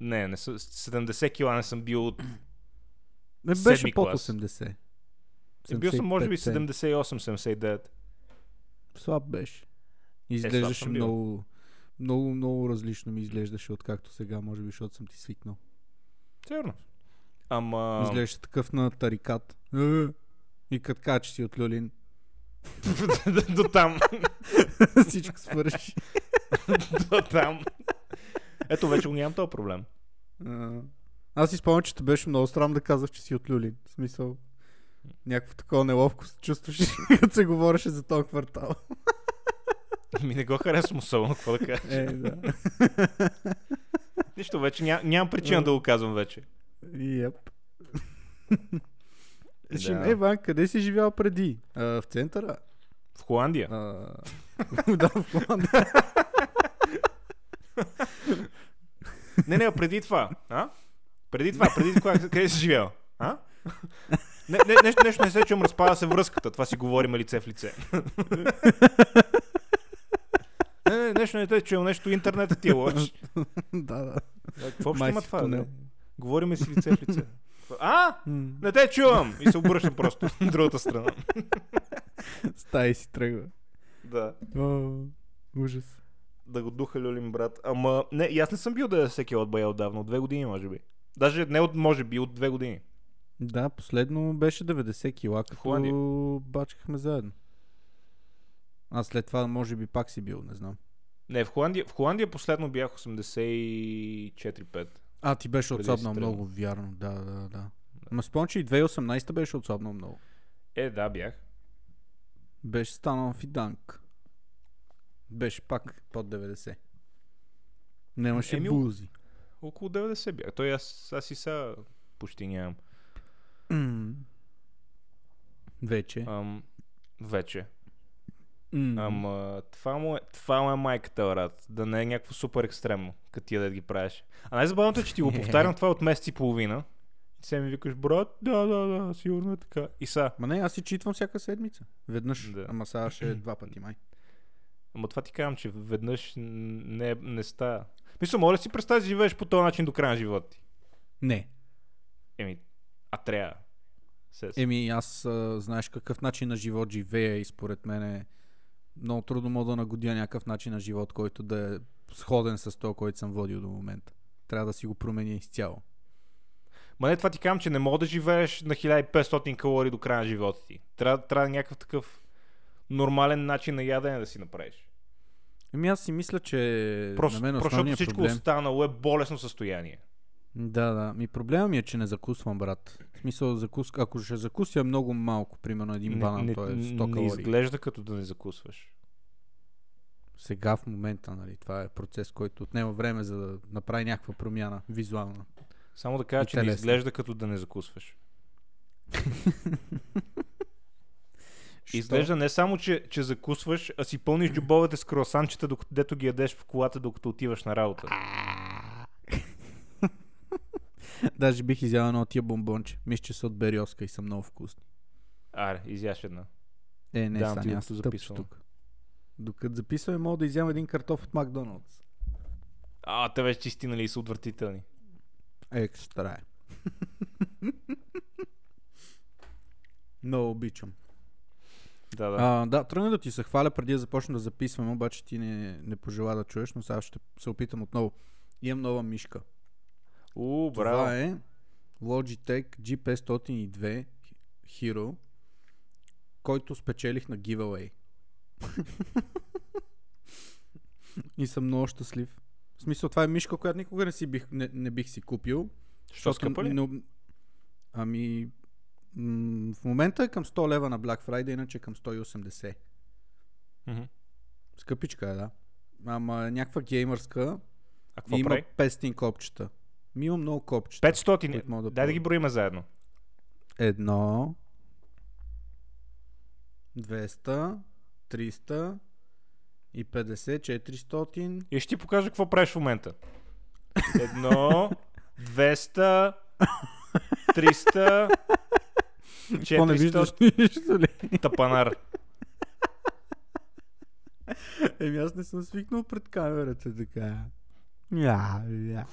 Speaker 1: Не, не съм, 70 кила не съм бил от...
Speaker 2: Не
Speaker 1: Седми
Speaker 2: Е, беше под
Speaker 1: клас.
Speaker 2: 80.
Speaker 1: е, Бил съм може би
Speaker 2: 75.
Speaker 1: 78-79.
Speaker 2: Слаб беше.
Speaker 1: слаб
Speaker 2: Изглеждаше
Speaker 1: съм бил.
Speaker 2: много, много, много различно ми изглеждаше откакто сега, може би, защото съм ти свикнал.
Speaker 1: Сигурно. Ама...
Speaker 2: Изглеждаше такъв на тарикат. И като кажа, че си от люлин,
Speaker 1: До там.
Speaker 2: всичко свърши.
Speaker 1: До там. Ето вече го нямам този проблем.
Speaker 2: А, Аз си спомням, че те беше много срам да казваш, че си от люлин. В смисъл, някакво такова неловко се чувстваше, като се говореше за този квартал.
Speaker 1: Ми Ами, не го харесвам особено, какво да кажа.
Speaker 2: Е, да.
Speaker 1: Нищо вече, ня, нямам причина да го казвам вече.
Speaker 2: Йеп. Е,
Speaker 1: Да.
Speaker 2: Ще ме, Иван, къде си живял преди? А, в центъра?
Speaker 1: В Холандия.
Speaker 2: А, да, в Холандия.
Speaker 1: Не, не, преди това. А? Преди това, преди кога, къде си живял? А? Не, не, нещо, нещо не се чувам, разпада се връзката. Това си говорим лице в лице. Не, не, нещо не те чувам, нещо интернетът ти е лош.
Speaker 2: да, да.
Speaker 1: Да, Какво ще
Speaker 2: Май
Speaker 1: има
Speaker 2: си в
Speaker 1: това?
Speaker 2: тунел.
Speaker 1: Да? Говориме си лице в лице. А? Не те чувам! И се обръщам просто на другата страна.
Speaker 2: Стай и си тръгва.
Speaker 1: Да.
Speaker 2: О, ужас.
Speaker 1: Да го духа люлим, брат. Ама, не, и аз не съм бил да е всеки от бая отдавна. От две години, може би. Даже не от, може би, от две години.
Speaker 2: Да, последно беше 90 кила,
Speaker 1: Холандия.
Speaker 2: като бачкахме заедно. А след това може би пак си бил, не знам.
Speaker 1: Не, в Холандия, в Холандия последно бях 84-5.
Speaker 2: А, ти беше
Speaker 1: Преди
Speaker 2: отслабнал
Speaker 1: си тръгна.
Speaker 2: много, вярно, да, да, да. Ма спомня, че и 2018 беше отслабнал много.
Speaker 1: Е, да, бях.
Speaker 2: Беше станал фиданк. Беше пак под 90. Нямаше
Speaker 1: Емил?
Speaker 2: бузи.
Speaker 1: Около 90 бях. Той аз, аз и сега почти нямам.
Speaker 2: М. Вече.
Speaker 1: Ам, вече.
Speaker 2: М.
Speaker 1: Ама това му е, това му е майката, брат. Да не е някакво супер екстремно, като ти да ги правиш. А най-забавното е, че ти го повтарям това от месец и половина. И се ми викаш, брат, да, да, да, сигурно е така. И са.
Speaker 2: Ма не, аз си читвам всяка седмица. Веднъж.
Speaker 1: Да.
Speaker 2: Ама сега ще е два пъти май.
Speaker 1: Ама това ти казвам, че веднъж не, не става. Мисля, моля си представи да живееш по този начин до края на живота ти.
Speaker 2: Не.
Speaker 1: Еми, а трябва. Се, е,
Speaker 2: Еми, аз а, знаеш какъв начин на живот живея и според мен е много трудно мога да нагодя някакъв начин на живот, който да е сходен с този, който съм водил до момента. Трябва да си го променя изцяло.
Speaker 1: Ма не, това ти казвам, че не мога да живееш на 1500 калории до края на живота ти. Трябва, трябва някакъв такъв нормален начин на ядене да си направиш.
Speaker 2: Еми аз си мисля, че
Speaker 1: Просто,
Speaker 2: на мен
Speaker 1: просто защото
Speaker 2: основният
Speaker 1: всичко
Speaker 2: проблем...
Speaker 1: останало е болесно състояние.
Speaker 2: Да, да. Ми проблема ми е, че не закусвам, брат. В смисъл, закуска... ако ще закуся е много малко, примерно един банан, той е 100
Speaker 1: не
Speaker 2: калории.
Speaker 1: изглежда като да не закусваш.
Speaker 2: Сега в момента, нали, това е процес, който отнема време за да направи някаква промяна визуална.
Speaker 1: Само да кажа,
Speaker 2: И
Speaker 1: че не
Speaker 2: телесно.
Speaker 1: изглежда като да не закусваш.
Speaker 2: Що?
Speaker 1: Изглежда не само, че, че закусваш, а си пълниш джобовете с круасанчета, докато дето ги ядеш в колата, докато отиваш на работа.
Speaker 2: Даже бих изял едно от тия бомбонче. Мисля, че са от бериоска и са много вкусни.
Speaker 1: Аре, изяш една.
Speaker 2: Е, не,
Speaker 1: Давам ти,
Speaker 2: Сани, аз
Speaker 1: докато
Speaker 2: тъпче
Speaker 1: записвам.
Speaker 2: тук. Докато записваме, мога да изям един картоф от Макдоналдс.
Speaker 1: А, те вече чисти, нали, са отвратителни.
Speaker 2: Екстра е. много обичам.
Speaker 1: Да, да.
Speaker 2: А, да, тръгна да ти се хваля преди да започна да записвам, обаче ти не, не пожела да чуеш, но сега ще се опитам отново. Имам нова мишка.
Speaker 1: У, браво.
Speaker 2: Това е Logitech G502 Hero, който спечелих на giveaway. И съм много щастлив. В смисъл, това е мишка, която никога не, си бих, не, не бих си купил.
Speaker 1: Що
Speaker 2: защото
Speaker 1: скъпа ли?
Speaker 2: не об- ами, м- в момента е към 100 лева на Black Friday, иначе е към 180.
Speaker 1: Мгм.
Speaker 2: Скъпичка е, да. Ама е някаква геймърска
Speaker 1: А какво
Speaker 2: и има
Speaker 1: прави?
Speaker 2: 500 копчета. Ми има много копчета.
Speaker 1: 500.
Speaker 2: които мога да
Speaker 1: Дай да ги
Speaker 2: пробвам.
Speaker 1: броиме заедно.
Speaker 2: Едно. 200, 300 и 50, 400.
Speaker 1: И ще ти покажа какво правиш в момента. Едно, 200, 300,
Speaker 2: Какво не виждаш
Speaker 1: 400
Speaker 2: нищо ли?
Speaker 1: тапанар.
Speaker 2: Еми аз не съм свикнал пред камерата така. Я, я.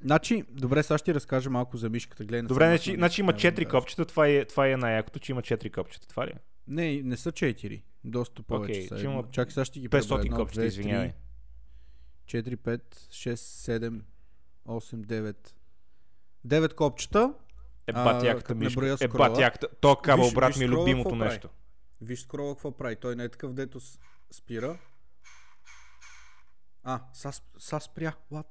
Speaker 2: Значи, добре, сега ще ти разкажа малко за мишката. Гледай, не
Speaker 1: Добре,
Speaker 2: съм
Speaker 1: значи,
Speaker 2: махнал
Speaker 1: значи има
Speaker 2: нищо, няма да
Speaker 1: 4
Speaker 2: кажа.
Speaker 1: копчета, това е, това е най-якото, че има 4 копчета, това ли е?
Speaker 2: Не, не са 4. Доста повече
Speaker 1: Окей,
Speaker 2: са.
Speaker 1: че има
Speaker 2: Едно- Чакай, сега ще ги
Speaker 1: 500
Speaker 2: преброя. Едно,
Speaker 1: копчета,
Speaker 2: две,
Speaker 1: извинявай.
Speaker 2: три, 4, 5, 6, 7, 8, 9. 9 копчета.
Speaker 1: Е
Speaker 2: А,
Speaker 1: бат яката
Speaker 2: като
Speaker 1: мишка.
Speaker 2: наброя
Speaker 1: Е
Speaker 2: скрола.
Speaker 1: бат яката. То кабел,
Speaker 2: Виж-
Speaker 1: брат
Speaker 2: виж
Speaker 1: ми, е
Speaker 2: скрола
Speaker 1: любимото
Speaker 2: какво прави.
Speaker 1: нещо.
Speaker 2: Виж скрола какво прави. Той не е такъв, дето с- спира. А, са, сп- са спря. What?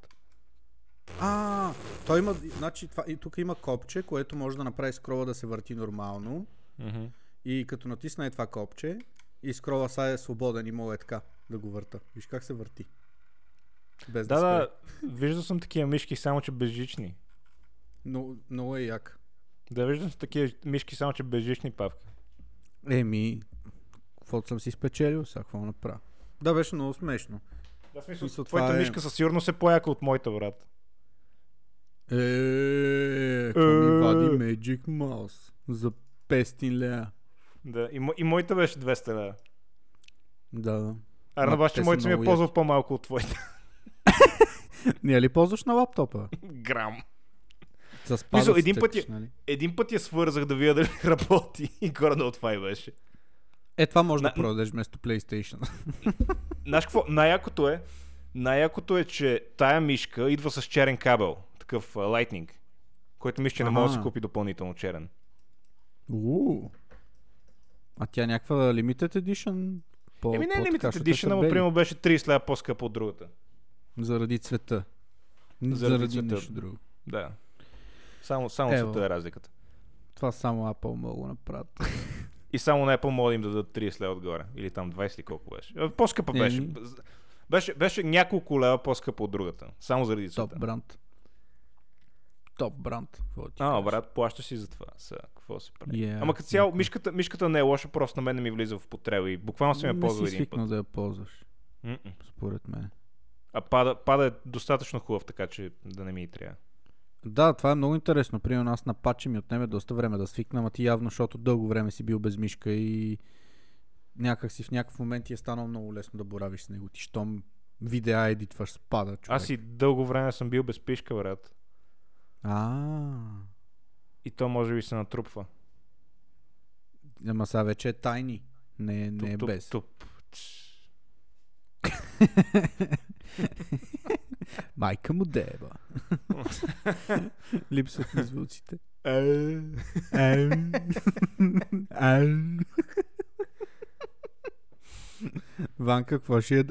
Speaker 2: А, той има, значи това, и тук има копче, което може да направи скрола да се върти нормално.
Speaker 1: Мгм.
Speaker 2: И като натисна е това копче, и скрола са е свободен и мога е така да го върта. Виж как се върти. Без да,
Speaker 1: Да,
Speaker 2: да,
Speaker 1: да,
Speaker 2: спре.
Speaker 1: виждал съм такива мишки, само че безжични.
Speaker 2: Но, много е як.
Speaker 1: Да, виждам такива мишки, само че безжични павки.
Speaker 2: Еми, каквото съм си спечелил, сега какво направя. Да, беше много смешно.
Speaker 1: Да, в
Speaker 2: Мисля,
Speaker 1: смисъл,
Speaker 2: това
Speaker 1: твоята
Speaker 2: е-
Speaker 1: мишка със сигурност е по-яка от моята, брат.
Speaker 2: Е, какво ми
Speaker 1: Е.
Speaker 2: вади Magic Mouse за 500 лея.
Speaker 1: Да, и, мо- и моята беше 200 лева.
Speaker 2: Да.
Speaker 1: А
Speaker 2: Ма,
Speaker 1: на
Speaker 2: те
Speaker 1: баща
Speaker 2: са
Speaker 1: моите ми е
Speaker 2: много
Speaker 1: ползвал по-малко от твоите.
Speaker 2: Ние е ли ползваш на лаптопа?
Speaker 1: Грам.
Speaker 2: За спада
Speaker 1: Мисъл,
Speaker 2: си
Speaker 1: един път
Speaker 2: цъкаш, нали?
Speaker 1: Един път я свързах да видя дали работи и горе-долу това и беше.
Speaker 2: Е, това може
Speaker 1: На-
Speaker 2: да продадеш вместо PlayStation.
Speaker 1: Знаеш какво? Най-якото е, най-якото е, че тая мишка идва с черен кабел, такъв а, Lightning, който мисля, че не може да се
Speaker 2: Ага.
Speaker 1: купи допълнително черен.
Speaker 2: Уу. А тя е някаква limited edition? По,
Speaker 1: Еми не е Limited
Speaker 2: по-такашата са
Speaker 1: Edition, ама
Speaker 2: бели.
Speaker 1: примерно беше 30 лева по-скъпа от другата.
Speaker 2: Заради цвета. Н-
Speaker 1: Заради
Speaker 2: Заради,
Speaker 1: цвета.
Speaker 2: нищо друго.
Speaker 1: Да. Само, само
Speaker 2: Ево.
Speaker 1: цвета е разликата.
Speaker 2: Това само Apple мога да направят.
Speaker 1: И само на Apple могат да им дадат 30 лева отгоре. Или там 20 ли колко беше. А, По-скъпа
Speaker 2: Еми.
Speaker 1: беше. Беше, беше няколко лева по-скъпа от другата. Само заради цвета.
Speaker 2: Топ бранд. Топ бранд. какво да ти
Speaker 1: А,
Speaker 2: кажа.
Speaker 1: брат, плащаш си за това. Са, какво се прави?
Speaker 2: Yeah,
Speaker 1: Ама като цяло, мишката, мишката не е лоша, просто на мен не ми влиза в потреба и буквално съм я
Speaker 2: не
Speaker 1: ползвал
Speaker 2: си
Speaker 1: един път.
Speaker 2: свикнал да я ползваш,
Speaker 1: М-м.
Speaker 2: според мен.
Speaker 1: А пада, пада е достатъчно хубав, така че да не ми и трябва.
Speaker 2: Да, това е много интересно. Примерно аз на пачи ми отнеме доста време да свикна, ама ти явно, защото дълго време си бил без мишка и някак си в някакъв момент ти е станало много лесно да боравиш с него. Ти щом видеа едитваш спада, човек.
Speaker 1: Аз и дълго време съм бил без пишка, брат.
Speaker 2: А,
Speaker 1: И то може би се натрупва.
Speaker 2: ама сега вече е тайни. Не, е- не е
Speaker 1: туп,
Speaker 2: без.
Speaker 1: Туп. Тш.
Speaker 2: Майка му деба. Липсват ми звуците. Ам. Ам. Ванка, какво ще е?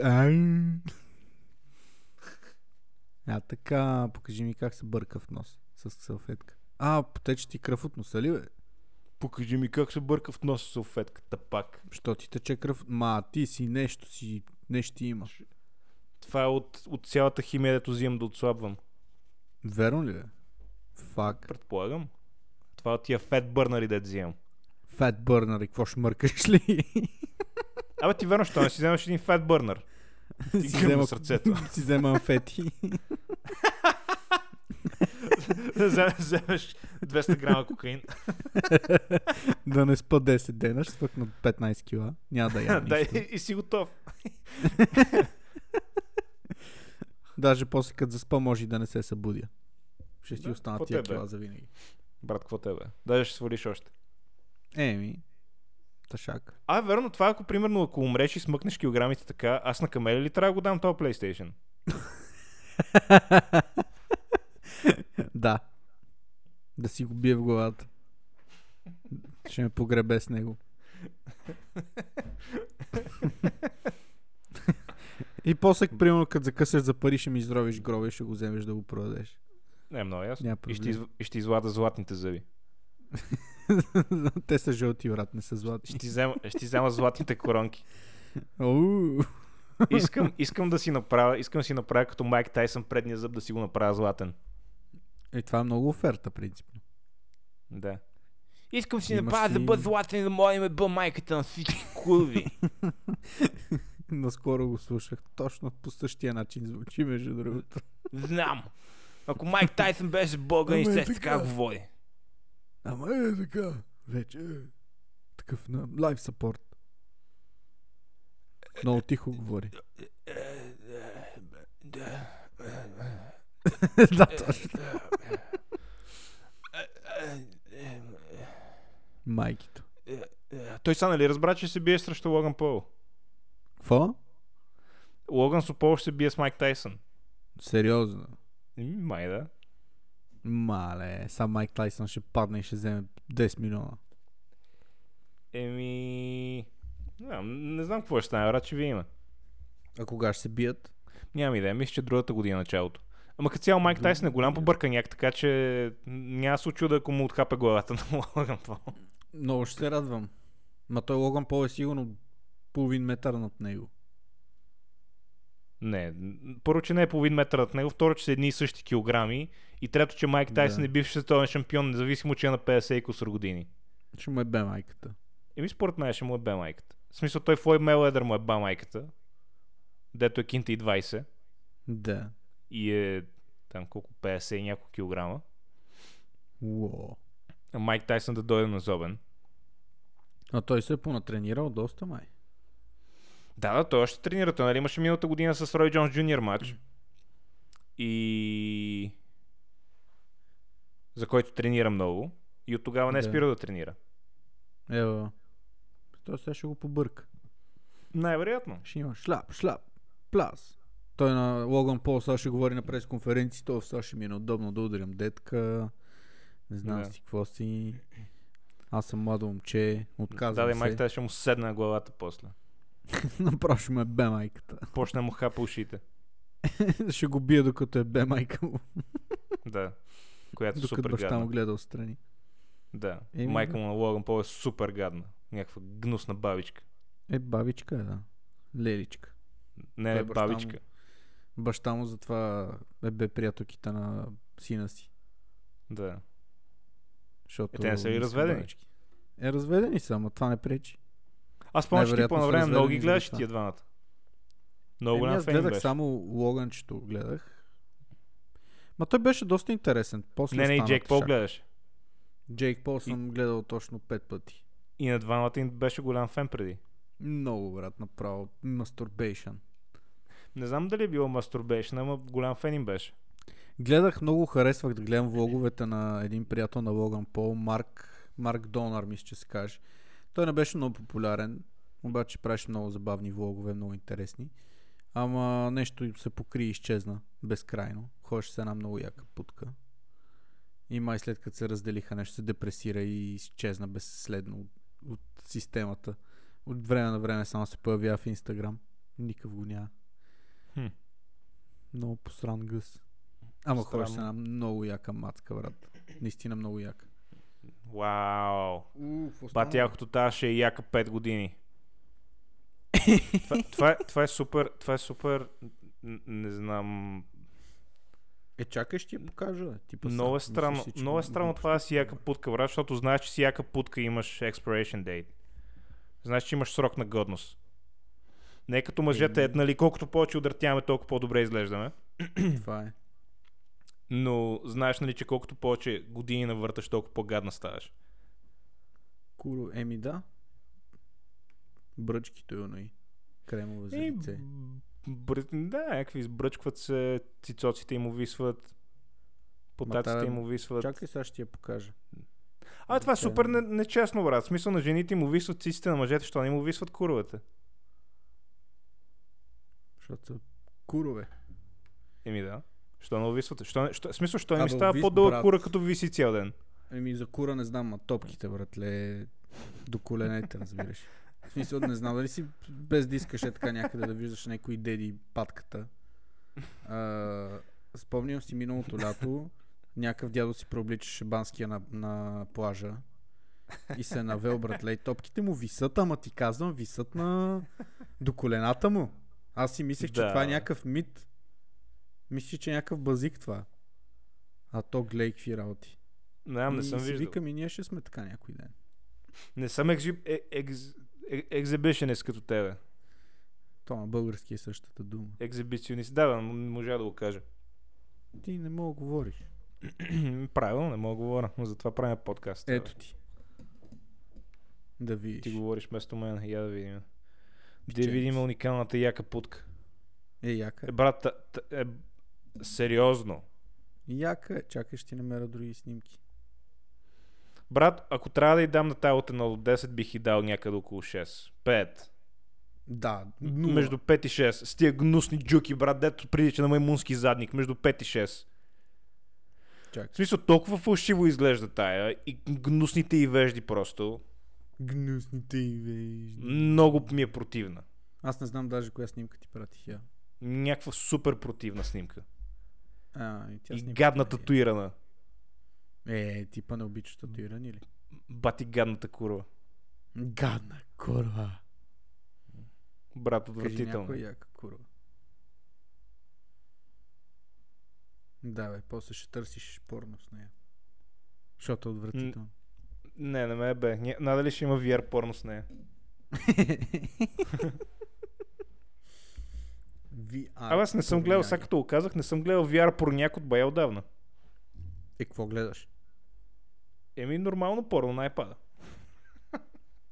Speaker 2: А така, покажи ми как се бърка в нос с салфетка. А, потече ти кръв от носа ли, бе?
Speaker 1: Покажи ми как се бърка в нос салфетката пак.
Speaker 2: Що ти тече кръв? Ма, ти си нещо си, нещо ти имаш.
Speaker 1: Това е от, от цялата химия, дето взимам да отслабвам.
Speaker 2: Верно ли, бе? Фак.
Speaker 1: Предполагам. Това е от тия фет бърнари, дето взимам.
Speaker 2: Фет бърнер, и какво ще мъркаш ли?
Speaker 1: Абе ти верно, що не си вземаш един фет бърнар. Ти
Speaker 2: Си
Speaker 1: гръмна
Speaker 2: взема-
Speaker 1: сърцето.
Speaker 2: си взема фети.
Speaker 1: Взем- Вземеш 200 грама кокаин.
Speaker 2: да не спа 10 дена, ще свъкна 15 кила. Няма да я
Speaker 1: Да,
Speaker 2: нищо.
Speaker 1: и, и си готов.
Speaker 2: Даже после като заспа може и да не се събудя. Ще си
Speaker 1: Да, какво
Speaker 2: останат тия
Speaker 1: те бе?
Speaker 2: кила за винаги.
Speaker 1: Брат, какво тебе? Даже ще свалиш още.
Speaker 2: Еми, ташак.
Speaker 1: А, верно, това ако примерно ако умреш и смъкнеш килограмите така, аз на камеля ли трябва да го дам това PlayStation?
Speaker 2: да. Да си го бие в главата. Ще ме погребе с него. и после, примерно, като закъсаш за пари, ще ми изровиш гроба и ще го вземеш да го продадеш.
Speaker 1: Не, много ясно.
Speaker 2: Няма
Speaker 1: И ще,
Speaker 2: проблем.
Speaker 1: изв... и ще извлада златните зъби.
Speaker 2: Те са жълти, брат, не са златни.
Speaker 1: Ще взема, ще взема златните коронки.
Speaker 2: Оу.
Speaker 1: Искам, искам да си направя, искам да си направя като Майк Тайсън предния зъб да си го направя златен.
Speaker 2: Е, това е много оферта, принципно.
Speaker 1: Да. Искам си
Speaker 2: Имаш
Speaker 1: направя да
Speaker 2: си-
Speaker 1: бъда златен и да мога да ме бъда майката на всички курви.
Speaker 2: Наскоро го слушах. Точно по същия начин звучи, между другото.
Speaker 1: Знам. Ако Майк Тайсън беше българ,
Speaker 2: Ама
Speaker 1: и
Speaker 2: е
Speaker 1: се
Speaker 2: така.
Speaker 1: така говори.
Speaker 2: Ама е така. Вече е. Такъв на лайв сапорт. Много тихо говори. да, точно. Майкито.
Speaker 1: Той са нали разбра, че се бие срещу Логан Пол?
Speaker 2: Кво?
Speaker 1: Логан Сопол ще се бие с Майк Тайсън.
Speaker 2: Сериозно.
Speaker 1: Еми, Май да.
Speaker 2: Мале, сам Майк Тайсън ще падне и ще вземе 10 милиона.
Speaker 1: Еми... Не, знам, не знам какво ще стане, брат, ще ви има.
Speaker 2: А кога ще се бият?
Speaker 1: Нямам идея, мисля, че другата година е началото. Ама като цяло Майк Тайсън е голям побърканяк, така че няма да се очуда, ако му отхапе главата на Логан Пол.
Speaker 2: Много ще се радвам. Ма той Логан Пол е сигурно половин метър над него.
Speaker 1: Не, първо, че не е половин метър от него, второ, че са едни и същи килограми и трето, че Майк Тайсън
Speaker 2: Да.
Speaker 1: е бивш световен шампион, независимо, че е на 50 и кусор години.
Speaker 2: Ще му е бе майката.
Speaker 1: Еми според мен ще му е бе майката. В смисъл той Флойд Мейледър му е ба майката, дето е кинта и 20
Speaker 2: Да.
Speaker 1: и е там колко 50 и няколко килограма.
Speaker 2: Уо.
Speaker 1: А Майк Тайсън да дойде на зобен.
Speaker 2: А той се е понатренирал доста май.
Speaker 1: Да, да, той още тренира. Той нали имаше миналата година с Рой Джонс Джуниор матч. и за който тренира много и от тогава не е
Speaker 2: Да.
Speaker 1: спира да тренира.
Speaker 2: Ева. Той сега ще го побърка.
Speaker 1: Най-вероятно.
Speaker 2: Ще има шляп, шляп, плас. Той на Логан Пол сега ще говори на пресконференции, той сега ще ми е неудобно да ударям детка. Не знам
Speaker 1: Да.
Speaker 2: си какво си. Аз съм младо момче,
Speaker 1: да,
Speaker 2: отказвам
Speaker 1: да,
Speaker 2: се.
Speaker 1: майка тази ще му седна на главата после.
Speaker 2: Направо ще ме бе майката.
Speaker 1: Почне му хапа ушите.
Speaker 2: ще го бия докато е бе майка му.
Speaker 1: Да. Която е
Speaker 2: Докато
Speaker 1: супер
Speaker 2: баща му
Speaker 1: гадна.
Speaker 2: гледа отстрани.
Speaker 1: Да.
Speaker 2: Еми,
Speaker 1: майка
Speaker 2: да.
Speaker 1: му на Логан Пол е супер гадна. Някаква гнусна бабичка.
Speaker 2: Е, бабичка е, да. Леличка.
Speaker 1: Не,
Speaker 2: Той
Speaker 1: не
Speaker 2: е баща му.
Speaker 1: бабичка.
Speaker 2: Баща му затова е бе приятелките на сина си.
Speaker 1: Да.
Speaker 2: Защото
Speaker 1: Е, те не са ли
Speaker 2: са
Speaker 1: разведени?
Speaker 2: бабички. Е, разведени са, ама това не пречи. Е,
Speaker 1: Аз помня, че ти
Speaker 2: Най-вероятно са
Speaker 1: по-навреме много ги
Speaker 2: разведени
Speaker 1: гледаш
Speaker 2: заради
Speaker 1: тия двамата. Много
Speaker 2: Еми,
Speaker 1: голям
Speaker 2: аз
Speaker 1: фен
Speaker 2: гледах
Speaker 1: беше.
Speaker 2: само Логанчето, гледах. Ма той беше доста интересен. После
Speaker 1: Не, не, и
Speaker 2: стана
Speaker 1: Джек Пол
Speaker 2: шак.
Speaker 1: гледаш.
Speaker 2: Джейк Пол съм гледал точно пет пъти.
Speaker 1: И на двамата им беше голям фен преди.
Speaker 2: Много, брат, направо. Мастурбейшън.
Speaker 1: Не знам дали е било мастурбейшн, ама голям фен им беше.
Speaker 2: Гледах, много харесвах да гледам влоговете на един приятел на Логан Пол, Марк, Марк Донар, мисля, че се каже. Той не беше много популярен, обаче правеше много забавни влогове, много интересни. Ама нещо им се покри и изчезна безкрайно. Ходеше с една много яка путка. И май след като се разделиха нещо се депресира и изчезна безследно от, от системата. От време на време само се появява в Инстаграм. Никакъв го няма.
Speaker 1: Хм.
Speaker 2: Много посран гъс. Ама
Speaker 1: Странно.
Speaker 2: ходиш с една много яка матка, брат. Наистина много яка.
Speaker 1: Вау.
Speaker 2: Уф,
Speaker 1: Бати, якото тази ще е яка 5 години. това, това, е, това е супер, това е супер, н- не знам,
Speaker 2: Е, чакай, ще ти я покажа. бе. Типа,
Speaker 1: много е
Speaker 2: сега,
Speaker 1: странно,
Speaker 2: мисля, всичко
Speaker 1: много е
Speaker 2: го
Speaker 1: странно
Speaker 2: глупости.
Speaker 1: това да си яка путка, брат, защото знаеш, че си яка путка имаш expiration date. Знаеш, че имаш срок на годност. Не е като мъжете, е, нали, колкото повече удъртяваме, толкова по-добре изглеждаме.
Speaker 2: Това е.
Speaker 1: Но знаеш, нали, че колкото повече години навърташ, толкова по-гадна ставаш.
Speaker 2: Куро, еми да. Бръчките, но и кремове за
Speaker 1: И
Speaker 2: лице.
Speaker 1: бр... Да, някакви сбръчкват се, цицоците им увисват,
Speaker 2: Ма,
Speaker 1: потаците
Speaker 2: тая-
Speaker 1: им увисват.
Speaker 2: Чакай, сега ще ти я покажа.
Speaker 1: А, това е
Speaker 2: тя-
Speaker 1: супер не- нечестно, брат. В смисъл на жените им увисват циците, на мъжете, що не им увисват курвата.
Speaker 2: Защото са курове.
Speaker 1: Еми да. Що не увисват? Що не... Що... в Смисъл, що не ми
Speaker 2: Абе,
Speaker 1: става
Speaker 2: увис,
Speaker 1: по-дълъг
Speaker 2: брат.
Speaker 1: кура, като виси цял ден?
Speaker 2: Еми Ами за кура не знам, а топките, братле, до коленете, разбираш. В смисъл, не знам дали си без да искаш е така някъде да виждаш някой деди патката. А, спомням си миналото лято, някакъв дядо си преобличаше банския на, на плажа и се е навел, братле, и топките му висат, ама ти казвам, висат на... до колената му. Аз си мислех, че
Speaker 1: Да,
Speaker 2: това е
Speaker 1: бе.
Speaker 2: някакъв мит. Мислех, че е някакъв базик това. А то гледай какви работи.
Speaker 1: Не, знам, не
Speaker 2: И
Speaker 1: съм
Speaker 2: си
Speaker 1: виждал.
Speaker 2: Викам и ние ще сме така някой ден.
Speaker 1: Не съм екзи... е- екз... е- екзибишенист като тебе.
Speaker 2: То на български е същата дума.
Speaker 1: Екзибиционист. Да, да, м- можа да го кажа.
Speaker 2: Ти не мога да говориш.
Speaker 1: Е. Правилно, не мога да говоря, но затова правим подкаст. бе.
Speaker 2: Ето ти. Да видиш.
Speaker 1: Ти говориш вместо мен, я да видим. Да
Speaker 2: Печенец.
Speaker 1: видим уникалната яка путка.
Speaker 2: Е, яка
Speaker 1: Е,
Speaker 2: е.
Speaker 1: брат, та- та- е, сериозно.
Speaker 2: Яка е. Чакай, ще ти намеря други снимки.
Speaker 1: Брат, ако трябва да й дам на тая от 1 до 10, бих и дал някъде около 6. 5.
Speaker 2: Да, но...
Speaker 1: Между 5 и 6. С тия гнусни джуки, брат, дето прилича на маймунски задник. Между 5 и 6. В
Speaker 2: Чакай.
Speaker 1: смисъл, толкова фалшиво изглежда тая и гнусните и вежди просто.
Speaker 2: Гнусните и вежди.
Speaker 1: Много ми е противна.
Speaker 2: Аз не знам даже коя снимка ти пратих я.
Speaker 1: Някаква супер противна снимка.
Speaker 2: А, и тя
Speaker 1: и
Speaker 2: снимка
Speaker 1: гадна
Speaker 2: не е.
Speaker 1: татуирана.
Speaker 2: Е, типа не обичаш татуирани ли?
Speaker 1: Бати гадната курва.
Speaker 2: Гадна курва.
Speaker 1: Брат,
Speaker 2: Кажи
Speaker 1: отвратително.
Speaker 2: някоя яка курва. Да, бе, после ще търсиш порно с нея. Защото е отвратително.
Speaker 1: Не, не ме е бе. Ня- Надали ще има VR порно с нея.
Speaker 2: VR.
Speaker 1: Абе, аз не съм гледал, сега като го казах, не съм гледал VR порняк от бая отдавна.
Speaker 2: Е, какво гледаш?
Speaker 1: Еми, нормално порно на iPad.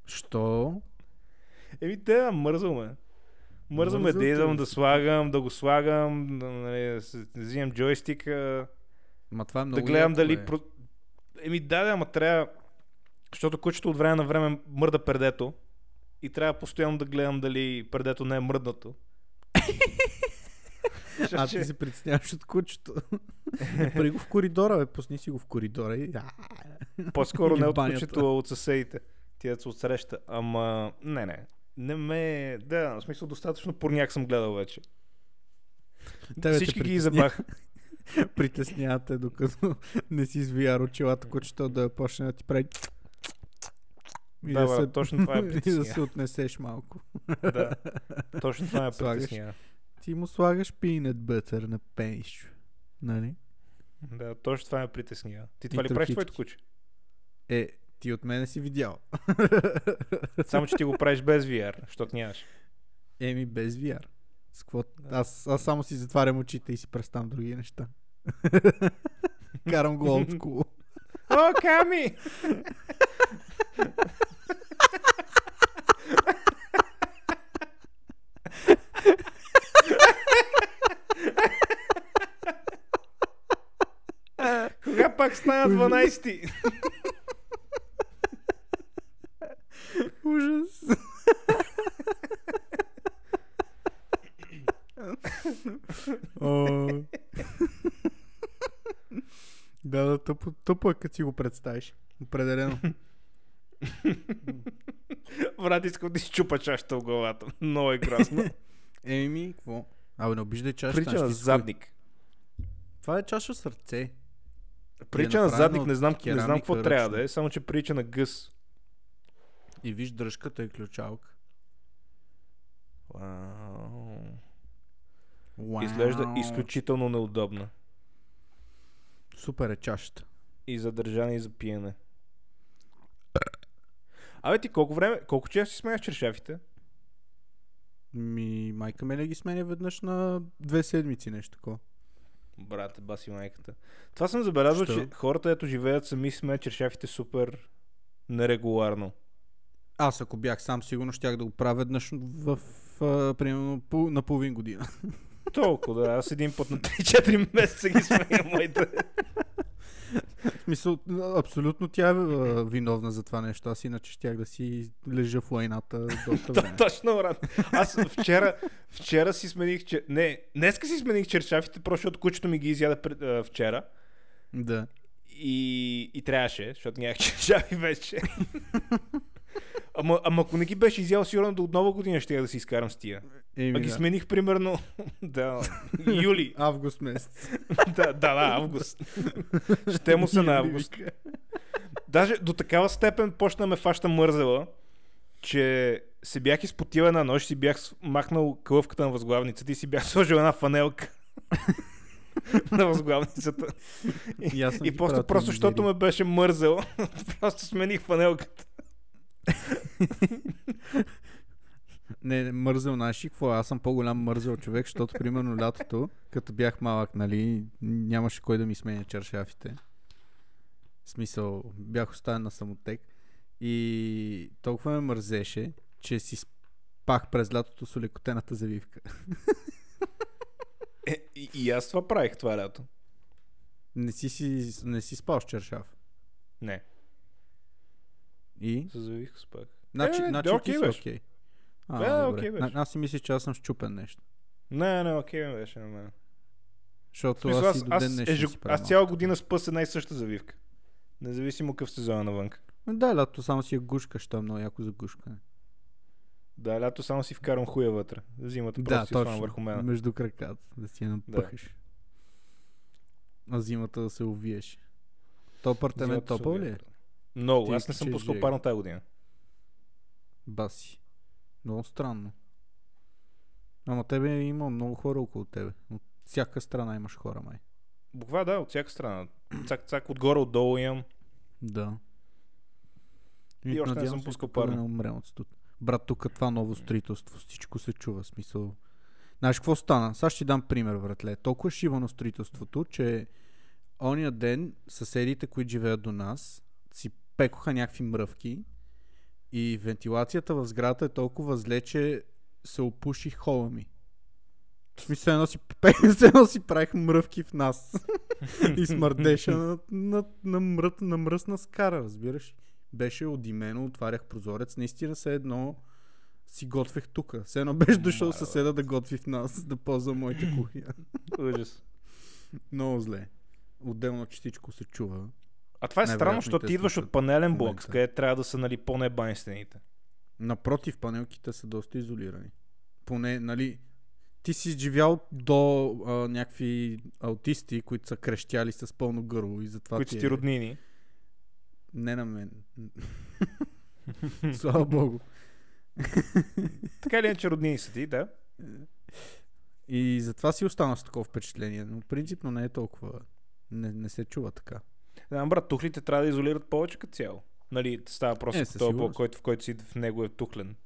Speaker 2: Що?
Speaker 1: Еми, те, да, мързал ме. Мързаме
Speaker 2: Мързал е.
Speaker 1: да идвам,
Speaker 2: те.
Speaker 1: да слагам, да го слагам, да, нали, да се- да взимам джойстика,
Speaker 2: Ма това е много
Speaker 1: да гледам
Speaker 2: яко,
Speaker 1: дали...
Speaker 2: бе.
Speaker 1: Про... Еми да, да, ама трябва... Защото кучето от време на време мърда пердето и трябва постоянно да гледам дали пердето не е мръднато. Защото,
Speaker 2: А
Speaker 1: че-
Speaker 2: ти се притесняваш от кучето. При го в коридора, бе, пусни си го в коридора и... А,
Speaker 1: По-скоро
Speaker 2: Или
Speaker 1: не
Speaker 2: в
Speaker 1: от
Speaker 2: банята.
Speaker 1: кучето, а от съседите. Тия се отсреща. Ама, не, не. Не ме... Да, в смисъл достатъчно порняк съм гледал вече.
Speaker 2: Тебе
Speaker 1: Всички
Speaker 2: те
Speaker 1: ги избах.
Speaker 2: притеснявате, докато не си извияр очилата кучето да почне да ти прави... И
Speaker 1: Да, брат, точно това е ме
Speaker 2: и да
Speaker 1: притеснява.
Speaker 2: се отнесеш малко.
Speaker 1: да. Точно това е ме
Speaker 2: Слагаш.
Speaker 1: притеснява.
Speaker 2: Ти му слагаш peanut butter на пениш. Нали?
Speaker 1: Да, точно това ме притеснява. Ти
Speaker 2: И
Speaker 1: това ли правиш
Speaker 2: трохички.
Speaker 1: твоето куче?
Speaker 2: Е, ти от мене си видял.
Speaker 1: Само, че ти го правиш без VR, защото нямаш.
Speaker 2: Еми, без VR. С какво... аз, аз само си затварям очите и си представям други неща. Карам го олдскул.
Speaker 1: О, Ками! Кога пак стана 12-ти?
Speaker 2: Ужас. О. да, да, тъпо, тъпо е, като си го представиш. Определено.
Speaker 1: Брат, искам да си чупа чашата в главата. Много е грозно.
Speaker 2: Еми, какво? Абе, не обиждай чашата.
Speaker 1: Прилича на
Speaker 2: ще значи ти скуи.
Speaker 1: задник.
Speaker 2: Това е чаша сърце.
Speaker 1: Прилича на
Speaker 2: направена
Speaker 1: задник, не знам,
Speaker 2: от
Speaker 1: не знам какво
Speaker 2: е керамика
Speaker 1: трябва
Speaker 2: ръчно.
Speaker 1: да е, само че прилича на гъс.
Speaker 2: И виж, дръжката е ключалка.
Speaker 1: Вау.
Speaker 2: Уау.
Speaker 1: Изглежда изключително неудобна.
Speaker 2: Супер е чашата.
Speaker 1: И за държане, и за пиене. Абе ти колко време, колко често си сменяш чершафите?
Speaker 2: Ми, майка ме не ги сменя веднъж на две седмици, нещо такова.
Speaker 1: Брат, баси майката. Това съм забелязал,
Speaker 2: Що?
Speaker 1: че хората, ето живеят сами, си сменят чершафите супер нерегуларно.
Speaker 2: Аз ако бях сам, сигурно щях да го правя веднъж в, а, примерно, пол, на половин година.
Speaker 1: Толкова, да. Аз един път на 3-4 месеца ги сменя моите.
Speaker 2: в смисъл, абсолютно тя е а, виновна за това нещо. Аз иначе щях да си лежа в лайната доста
Speaker 1: Да,
Speaker 2: време.
Speaker 1: точно, брат. Аз вчера, вчера си смених... чер- Не, днеска си смених чершафите, просто защото кучето ми ги изяда пред, а, вчера.
Speaker 2: да.
Speaker 1: И, и трябваше, защото нямах чершави вече. ама, ама ако не ги беше изял, сигурно до нова година ще я да си изкарам с тия.
Speaker 2: Еми,
Speaker 1: А ги
Speaker 2: Ами да.
Speaker 1: смених примерно, да, юли.
Speaker 2: Август месец.
Speaker 1: да, да, да, август. ще му се на
Speaker 2: Юли,
Speaker 1: август. Даже до такава степен почна да ме фаща мързела, че се бях изпотил една нощ и бях с- махнал кълъвката на възглавницата и си бях сложил една фанелка на възглавницата.
Speaker 2: И, аз съм
Speaker 1: И
Speaker 2: ги
Speaker 1: просто,
Speaker 2: правил
Speaker 1: просто защото
Speaker 2: тенджери.
Speaker 1: ме беше мързел, просто смених фанелката.
Speaker 2: Не, не, мързел наши, какво? е? Аз съм по-голям мързел човек, защото примерно лятото, като бях малък, нали, нямаше кой да ми сменя чершафите. В смисъл, бях оставен на самотек. И толкова ме мързеше, че си спах през лятото с олекотената завивка.
Speaker 1: Е, и, и аз това правих това лято.
Speaker 2: Не си, си, не си спал с чершав.
Speaker 1: Не,
Speaker 2: И?
Speaker 1: се завих с пак.
Speaker 2: Значи,
Speaker 1: Е,
Speaker 2: значи
Speaker 1: да,
Speaker 2: ти
Speaker 1: окей
Speaker 2: си
Speaker 1: беше.
Speaker 2: окей.
Speaker 1: Да,
Speaker 2: А, добре.
Speaker 1: окей беше.
Speaker 2: А- аз си мисля, че аз съм щупен нещо.
Speaker 1: Не, не, окей ми беше на мен.
Speaker 2: Защото
Speaker 1: Смисъл,
Speaker 2: аз,
Speaker 1: аз,
Speaker 2: и до
Speaker 1: аз,
Speaker 2: ден днешен
Speaker 1: ежу...
Speaker 2: си правя
Speaker 1: аз цяла година спа с една и съща завивка. Независимо какъв сезон е навън.
Speaker 2: малко. Да, лято само си я гушкаш, то е много яко за гушкане.
Speaker 1: Да, лято само си вкарвам хуя вътре. Зимата просто
Speaker 2: Да,
Speaker 1: си оставам
Speaker 2: точно.
Speaker 1: върху мен.
Speaker 2: Между краката, да си я напъхаш. А зимата да се увиеш. То апартамент топъл ли е?
Speaker 1: Много.
Speaker 2: Ти
Speaker 1: Аз не съм
Speaker 2: изключиш
Speaker 1: пускал
Speaker 2: жега.
Speaker 1: парно тази година.
Speaker 2: Баси. Много странно. Ама тебе има много хора около тебе. От всяка страна имаш хора, май.
Speaker 1: Буква да, от всяка страна. Цак, цак, отгоре, отдолу имам.
Speaker 2: Да.
Speaker 1: И още не
Speaker 2: надявам
Speaker 1: съм
Speaker 2: се
Speaker 1: пускал
Speaker 2: никога да
Speaker 1: парно.
Speaker 2: Не умрем от студ. Брат, тук е това ново строителство, всичко се чува, в смисъл. Знаеш какво стана? Сега ще ти дам пример, братле. Толкова е шивано строителството, че ония ден съседите, които живеят до нас, си пекоха някакви мръвки и вентилацията в сградата е толкова зле, че се опуши хола ми. В смисъл, едно си, все едно си правих мръвки в нас. и смърдеше на, на, на, мрът, на мръсна скара, разбираш. Беше одимено, отварях прозорец. Наистина се едно си готвех тук. Все едно беше дошъл
Speaker 1: Мале,
Speaker 2: съседа да готви в нас, да ползва моите кухня.
Speaker 1: Ужас.
Speaker 2: Много зле. Отделно частичко се чува.
Speaker 1: А това е странно,
Speaker 2: Най-вероятно и
Speaker 1: защото
Speaker 2: те
Speaker 1: ти идваш
Speaker 2: слушат
Speaker 1: от панелен
Speaker 2: в
Speaker 1: блок,
Speaker 2: момента.
Speaker 1: къде трябва да са нали, по-небани стените.
Speaker 2: Напротив, панелките са доста изолирани. Поне, нали, ти си живял до а, някакви аутисти, които са крещяли с пълно гърло и затова
Speaker 1: които са
Speaker 2: е-
Speaker 1: ти роднини.
Speaker 2: Не на мен. Слава богу.
Speaker 1: Така или иначе роднини са ти, да.
Speaker 2: И затова си остана с такова впечатление, но принципно не е толкова. Не, не се чува така.
Speaker 1: Да, брат, тухлите трябва да изолират повече като цяло. Нали, става просто
Speaker 2: Е,
Speaker 1: е,
Speaker 2: със
Speaker 1: този блок,
Speaker 2: сигурност.
Speaker 1: който, в който си в него е тухлен.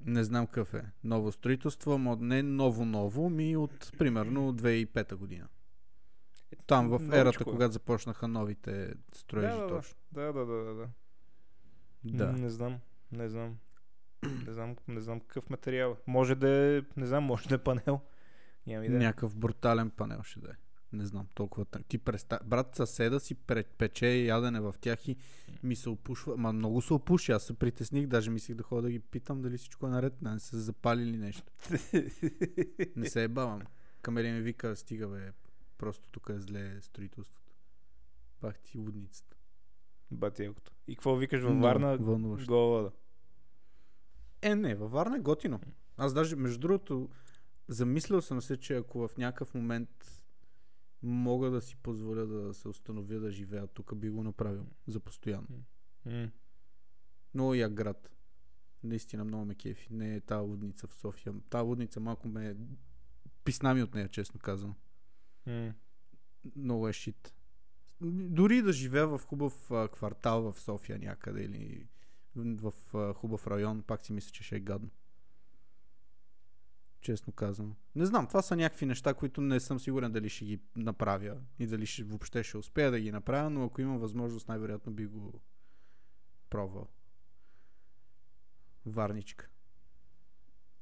Speaker 2: Не знам какъв е. Ново строителство, ама не ново-ново, ми от примерно 2005 година. Там в
Speaker 1: Новичко
Speaker 2: ерата,
Speaker 1: е.
Speaker 2: когато започнаха новите строежи
Speaker 1: Да, да, да.
Speaker 2: точно.
Speaker 1: Да, да, да, да. да. М,
Speaker 2: Да.
Speaker 1: Не знам, не знам. Не знам, не знам какъв материал. е. Може да е, не знам, може да е панел. Нямам идея.
Speaker 2: Някакъв брутален панел ще да е. Не знам, толкова тънк. Ти преста... Брат съседа си пред пече ядене в тях и ми се опушва. Ма много се опуши, аз се притесних, даже мислих да ходя да ги питам дали всичко е наред, не са се запалили нещо. Не се ебавам. Камели ми вика, стига бе, просто тук е зле строителството. Пах ти лудницата.
Speaker 1: Бати якото. И какво викаш във
Speaker 2: Много
Speaker 1: Варна?
Speaker 2: Вълнуващо.
Speaker 1: Гола.
Speaker 2: Е, не, във Варна е готино. Аз даже, между другото, замислял съм се, че ако в някакъв момент мога да си позволя да се установя да живея тук, би го направил за постоянно.
Speaker 1: М.
Speaker 2: Много як град. Наистина много ме кефи. Не е тази лудница в София. Та лудница малко ме е писна ми от нея, честно казвам.
Speaker 1: М.
Speaker 2: Много е шит. Дори да живея в хубав а, квартал в София някъде или в а, хубав район, пак си мисля, че ще е гадно. Честно казвам. Не знам, това са някакви неща, които не съм сигурен дали ще ги направя и дали ще, въобще ще успея да ги направя, но ако имам възможност, най-вероятно би го пробвал. Варничка.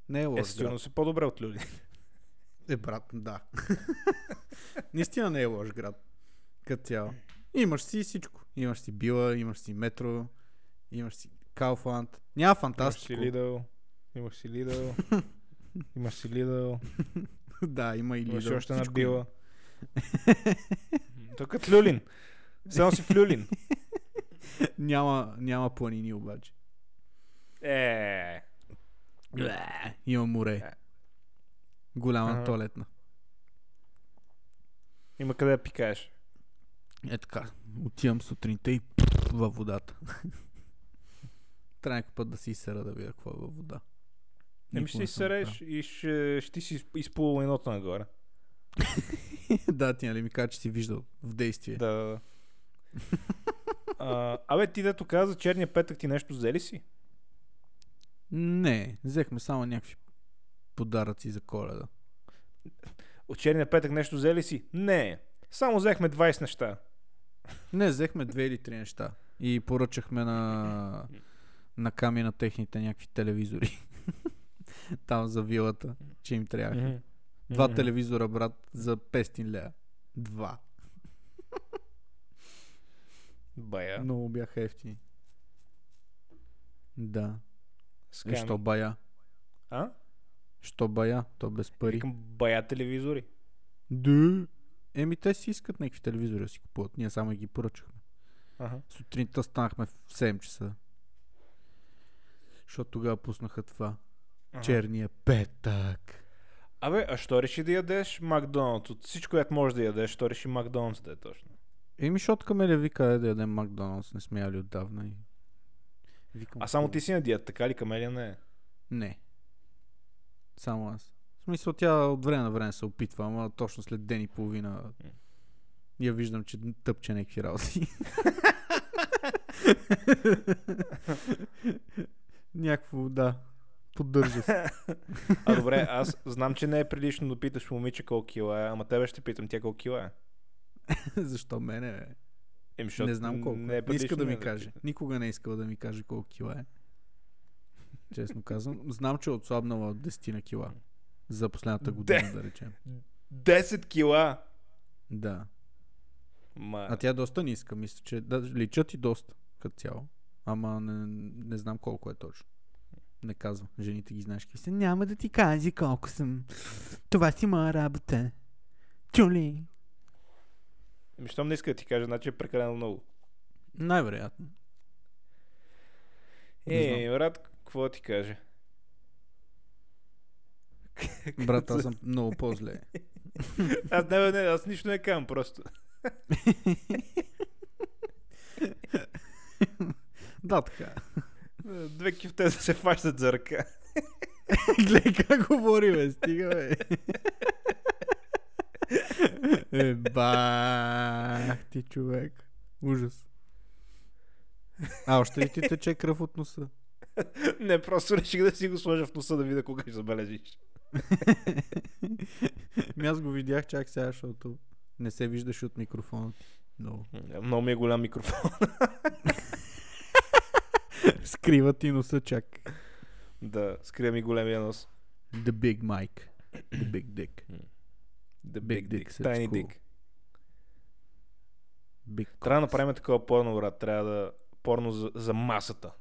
Speaker 2: Не е лош
Speaker 1: Е,
Speaker 2: град.
Speaker 1: сигурно си по-добре от люди.
Speaker 2: Е, брат, да. Наистина не е лош град. Като цяло. Имаш си всичко. Имаш си била, имаш си метро, имаш си Кауфланд. Няма
Speaker 1: Имаш си
Speaker 2: фантастико.
Speaker 1: Лидъл. Имаш си Лидъл. Имаш си Лидъл.
Speaker 2: да, има и
Speaker 1: Имаш
Speaker 2: Лидъл.
Speaker 1: още една
Speaker 2: Всичко
Speaker 1: била. Той е като Люлин. Само си в Люлин.
Speaker 2: има. Няма, няма планини обаче.
Speaker 1: Е.
Speaker 2: Бле, Има море. Голяма
Speaker 1: Ага.
Speaker 2: туалетна.
Speaker 1: Има къде да пикаеш.
Speaker 2: Е така. Отивам сутринта и във водата. Трябва някакъв път да си изсера да видя какво е във вода.
Speaker 1: Не ми
Speaker 2: Никога
Speaker 1: ще
Speaker 2: съм го правил.
Speaker 1: изсереш и ще, ще ти си изплува едното нагоре.
Speaker 2: да, ти нали ми кажа, че си виждал в действие.
Speaker 1: Да, да, да. А, Абе, ти дето каза, черния петък ти нещо взели си?
Speaker 2: Не, взехме само някакви подаръци за коледа.
Speaker 1: От черния петък нещо взели си? Не. Само взехме 20 неща.
Speaker 2: Не, взехме две или три неща. И поръчахме на, на ками на техните някакви телевизори. Там за вилата, че им трябва. Два
Speaker 1: Мгм.
Speaker 2: телевизора, брат, за 500 лея. Два.
Speaker 1: Бая.
Speaker 2: Много бяха ефтини. Да.
Speaker 1: Скам.
Speaker 2: Е, що бая?
Speaker 1: А?
Speaker 2: Що бая? То без пари.
Speaker 1: Викам бая телевизори.
Speaker 2: Да. Еми, те си искат някакви телевизори да си купуват. Ние само ги поръчахме.
Speaker 1: Ага.
Speaker 2: Сутринта станахме в 7 часа. Защото тогава пуснаха това.
Speaker 1: Ага.
Speaker 2: Черния петък.
Speaker 1: Абе, а що реши да ядеш Макдоналдс? От всичко, което можеш да ядеш, що реши Макдоналдс да е точно?
Speaker 2: Еми, защото Камелия вика е да ядем Макдоналдс. Не сме яли отдавна. И... Викам,
Speaker 1: А само
Speaker 2: хубаво.
Speaker 1: ти си на диета, така ли Камелия не е?
Speaker 2: Не. Само аз. В смисъл, тя от време на време се опитва, ама точно след ден и половина я виждам, че тъпче някакви работи. Някакво, да. Поддържа се.
Speaker 1: А добре, аз знам, че не е прилично да питаш момиче колко кила е, ама тебе ще питам тя колко кила е.
Speaker 2: Защо мене, бе?
Speaker 1: Еми,
Speaker 2: не знам колко.
Speaker 1: Не,
Speaker 2: Не,
Speaker 1: е
Speaker 2: не
Speaker 1: прилично
Speaker 2: иска да ми
Speaker 1: ти
Speaker 2: каже.
Speaker 1: питам.
Speaker 2: Никога не е искал да ми каже колко кила е. честно казвам. Знам, че е отслабнала от 10 на кила за последната година,
Speaker 1: Де.
Speaker 2: да речем.
Speaker 1: 10 кила!
Speaker 2: Да.
Speaker 1: Ма...
Speaker 2: А тя е доста ниска, мисля, че да, личат и доста като цяло. Ама не, не знам колко е точно. Не казва. Жените ги знаеш. какви са.
Speaker 3: Се няма да ти кажа колко съм. Това си моя работа. Чули?
Speaker 1: Ами, щом не иска да ти кажа, значи е прекалено много.
Speaker 2: Най-вероятно. Не знам.
Speaker 1: Е, брат, какво да ти кажа?
Speaker 2: Брат, аз съм много по-зле.
Speaker 1: Аз не, бе, не, аз нищо не казвам просто.
Speaker 2: да, така. е.
Speaker 1: Две кифте да се фащат за ръка.
Speaker 2: Гледай как говори, бе. Стига, бе. е, бах ти, човек. Ужас. А, още ли ти тече кръв от носа?
Speaker 1: Не, просто реших да си го сложа в носа да видя кога ще забележиш.
Speaker 2: Ми Ами аз го видях чак сега, защото не се виждаше от микрофона ти. Много.
Speaker 1: Много ми е голям микрофон.
Speaker 2: Скрива ти носа чак.
Speaker 1: Да, скрия ми големия нос.
Speaker 2: The Big Mike. The Big Dick.
Speaker 1: The
Speaker 2: Big
Speaker 1: big, dick,
Speaker 2: dick, it's
Speaker 1: tiny
Speaker 2: cool.
Speaker 1: dick.
Speaker 2: Big
Speaker 1: Трябва да направим такова порно, брат. Трябва да... Порно за, за масата.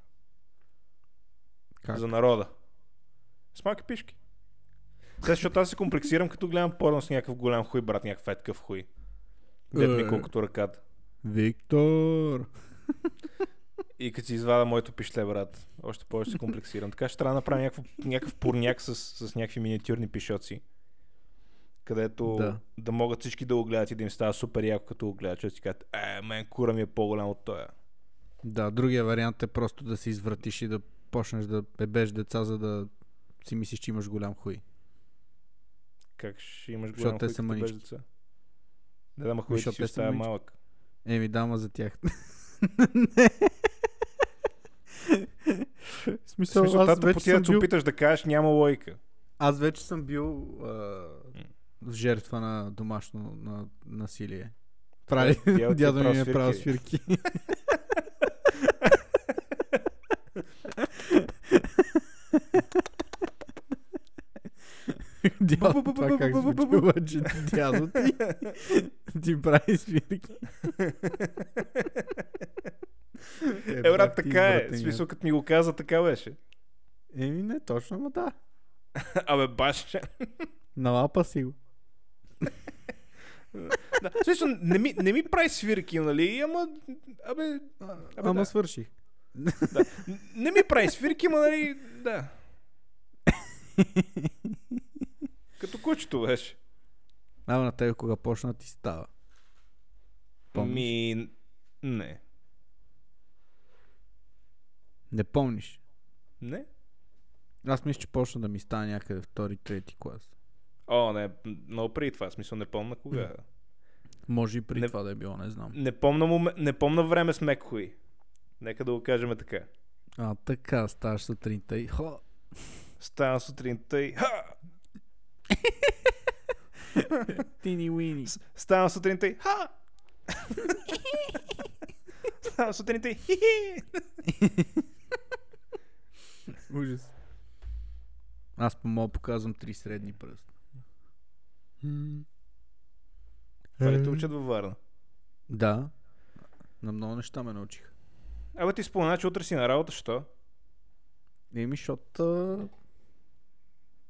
Speaker 2: Как?
Speaker 1: За народа. С малки пишки. Сега, защото аз се комплексирам, като гледам порно с някакъв голям хуй, брат, някакъв феткав хуй. Дед
Speaker 2: Е.
Speaker 1: ми колкото ръката.
Speaker 2: Виктор!
Speaker 1: И като си извада моето пишле, брат, още повече се комплексирам. Така ще трябва да направя някакво, някакъв порняк с, с някакви миниатюрни пишоци, където
Speaker 2: Да.
Speaker 1: да. да могат всички да го гледат и да им става супер яко, като го гледат, че си кажат, е, мен кура ми е по-голям от тоя.
Speaker 2: Да, другия вариант е просто да се извратиш и да почнеш да бебеш деца, за да си мислиш, че имаш голям хуй.
Speaker 1: Как ще имаш
Speaker 2: Защото
Speaker 1: голям
Speaker 2: те
Speaker 1: хуй,
Speaker 2: са
Speaker 1: като без
Speaker 2: мънички.
Speaker 1: деца? Не да, ма хуй
Speaker 2: Защото
Speaker 1: си
Speaker 2: те са
Speaker 1: остава
Speaker 2: мънички.
Speaker 1: малък.
Speaker 2: Еми, дама за тях. В
Speaker 1: В
Speaker 2: смисъл,
Speaker 1: смисъл,
Speaker 2: аз
Speaker 1: тата по
Speaker 2: вече,
Speaker 1: тия
Speaker 2: съм
Speaker 1: да се
Speaker 2: бил,
Speaker 1: опиташ да кажеш, няма логика.
Speaker 2: аз вече съм бил а, в жертва на домашно на, насилие. Прави,
Speaker 1: Дядо Е, ти е
Speaker 2: дядо ми
Speaker 1: правил
Speaker 2: е правил
Speaker 1: свирки.
Speaker 2: свирки. Дядо, това как звучи обаче? Дядо ти, ти прави свирки.
Speaker 1: Е,
Speaker 2: бах
Speaker 1: брат,
Speaker 2: ти
Speaker 1: така е. В
Speaker 2: извратения.
Speaker 1: смисъл, като ми го каза, така беше.
Speaker 2: Еми не, точно, ама да.
Speaker 1: Абе, баш.
Speaker 2: Налапа си го.
Speaker 1: Да, в смисъл, не ми, не ми прави свирки, нали? Ама, абе, абе
Speaker 2: Ама
Speaker 1: да.
Speaker 2: свърших.
Speaker 1: да. Н- Не ми прави свирки, ама, нали, да. Като кучето беше.
Speaker 2: Ама на тебе кога почна ти става. Помниш?
Speaker 1: Ми, не.
Speaker 2: Не помниш.
Speaker 1: Не?
Speaker 2: Аз мисля, че почна да ми става някъде втори, трети клас.
Speaker 1: О, не, много преди това, в смисъл не помна кога.
Speaker 2: Може и при
Speaker 1: Не-
Speaker 2: това да е било, не знам.
Speaker 1: Не помна, мом... не помна време с мек хуй. Нека да го кажем така.
Speaker 2: А, така, ставаш сутринта и... Хо!
Speaker 1: Ставам сутринта и... Ха!
Speaker 2: Тини Уини.
Speaker 1: Ставам сутринта и... Ха! Ставам сутринта и... Хи-хи!
Speaker 2: Ужас. Аз по мога показвам три средни пръста.
Speaker 1: Това ли те учат във Варна?
Speaker 2: Да. На много неща ме научиха.
Speaker 1: Абе ти спомена, че утре си на работа, що?
Speaker 2: Еми, защото...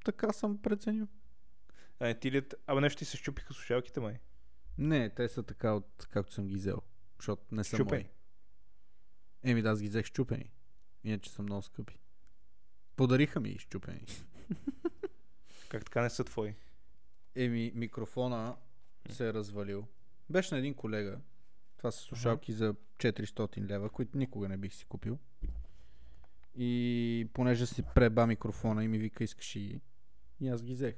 Speaker 2: Така съм преценил.
Speaker 1: А не ти ли... е- Абе нещо ти се щупиха слушалките май.
Speaker 2: Не, те са така от както съм ги взел. Защото не са
Speaker 1: Щупени.
Speaker 2: мои. Еми да, аз ги взех щупени. Иначе са много скъпи. Подариха ми и щупени.
Speaker 1: Как така не са твои?
Speaker 2: Еми, микрофона се е развалил. Беше на един колега. Това са слушалки за 400 лева, които никога не бих си купил. И понеже си преба микрофона и ми вика, искаш и ги. И аз ги взех.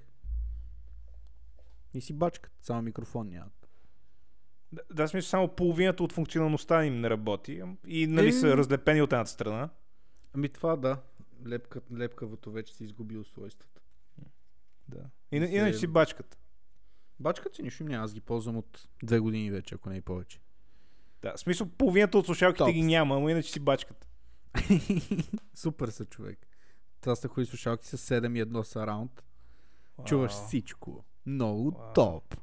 Speaker 2: И си бачкат, само микрофон нямат.
Speaker 1: Да, да смисъл, само половината от функционалността им не работи. ам, И нали са
Speaker 2: Ем.
Speaker 1: разлепени от едната страна.
Speaker 2: Ами това да. Лепка, лепкавото вече си изгубило свойствата.
Speaker 1: Да. И, не-
Speaker 2: Се-
Speaker 1: иначе си бачкат.
Speaker 2: Бачкат си нищо им няма, аз ги ползвам от две години вече, ако не и повече.
Speaker 1: Да, в смисъл половината от слушалките
Speaker 2: Топ.
Speaker 1: ги няма, но иначе си бачкат.
Speaker 2: Супер са човек. Това са хуй слушалки с 7 и 1 сараунд. Чуваш
Speaker 1: Вау.
Speaker 2: всичко. Много
Speaker 1: Вау.
Speaker 2: топ.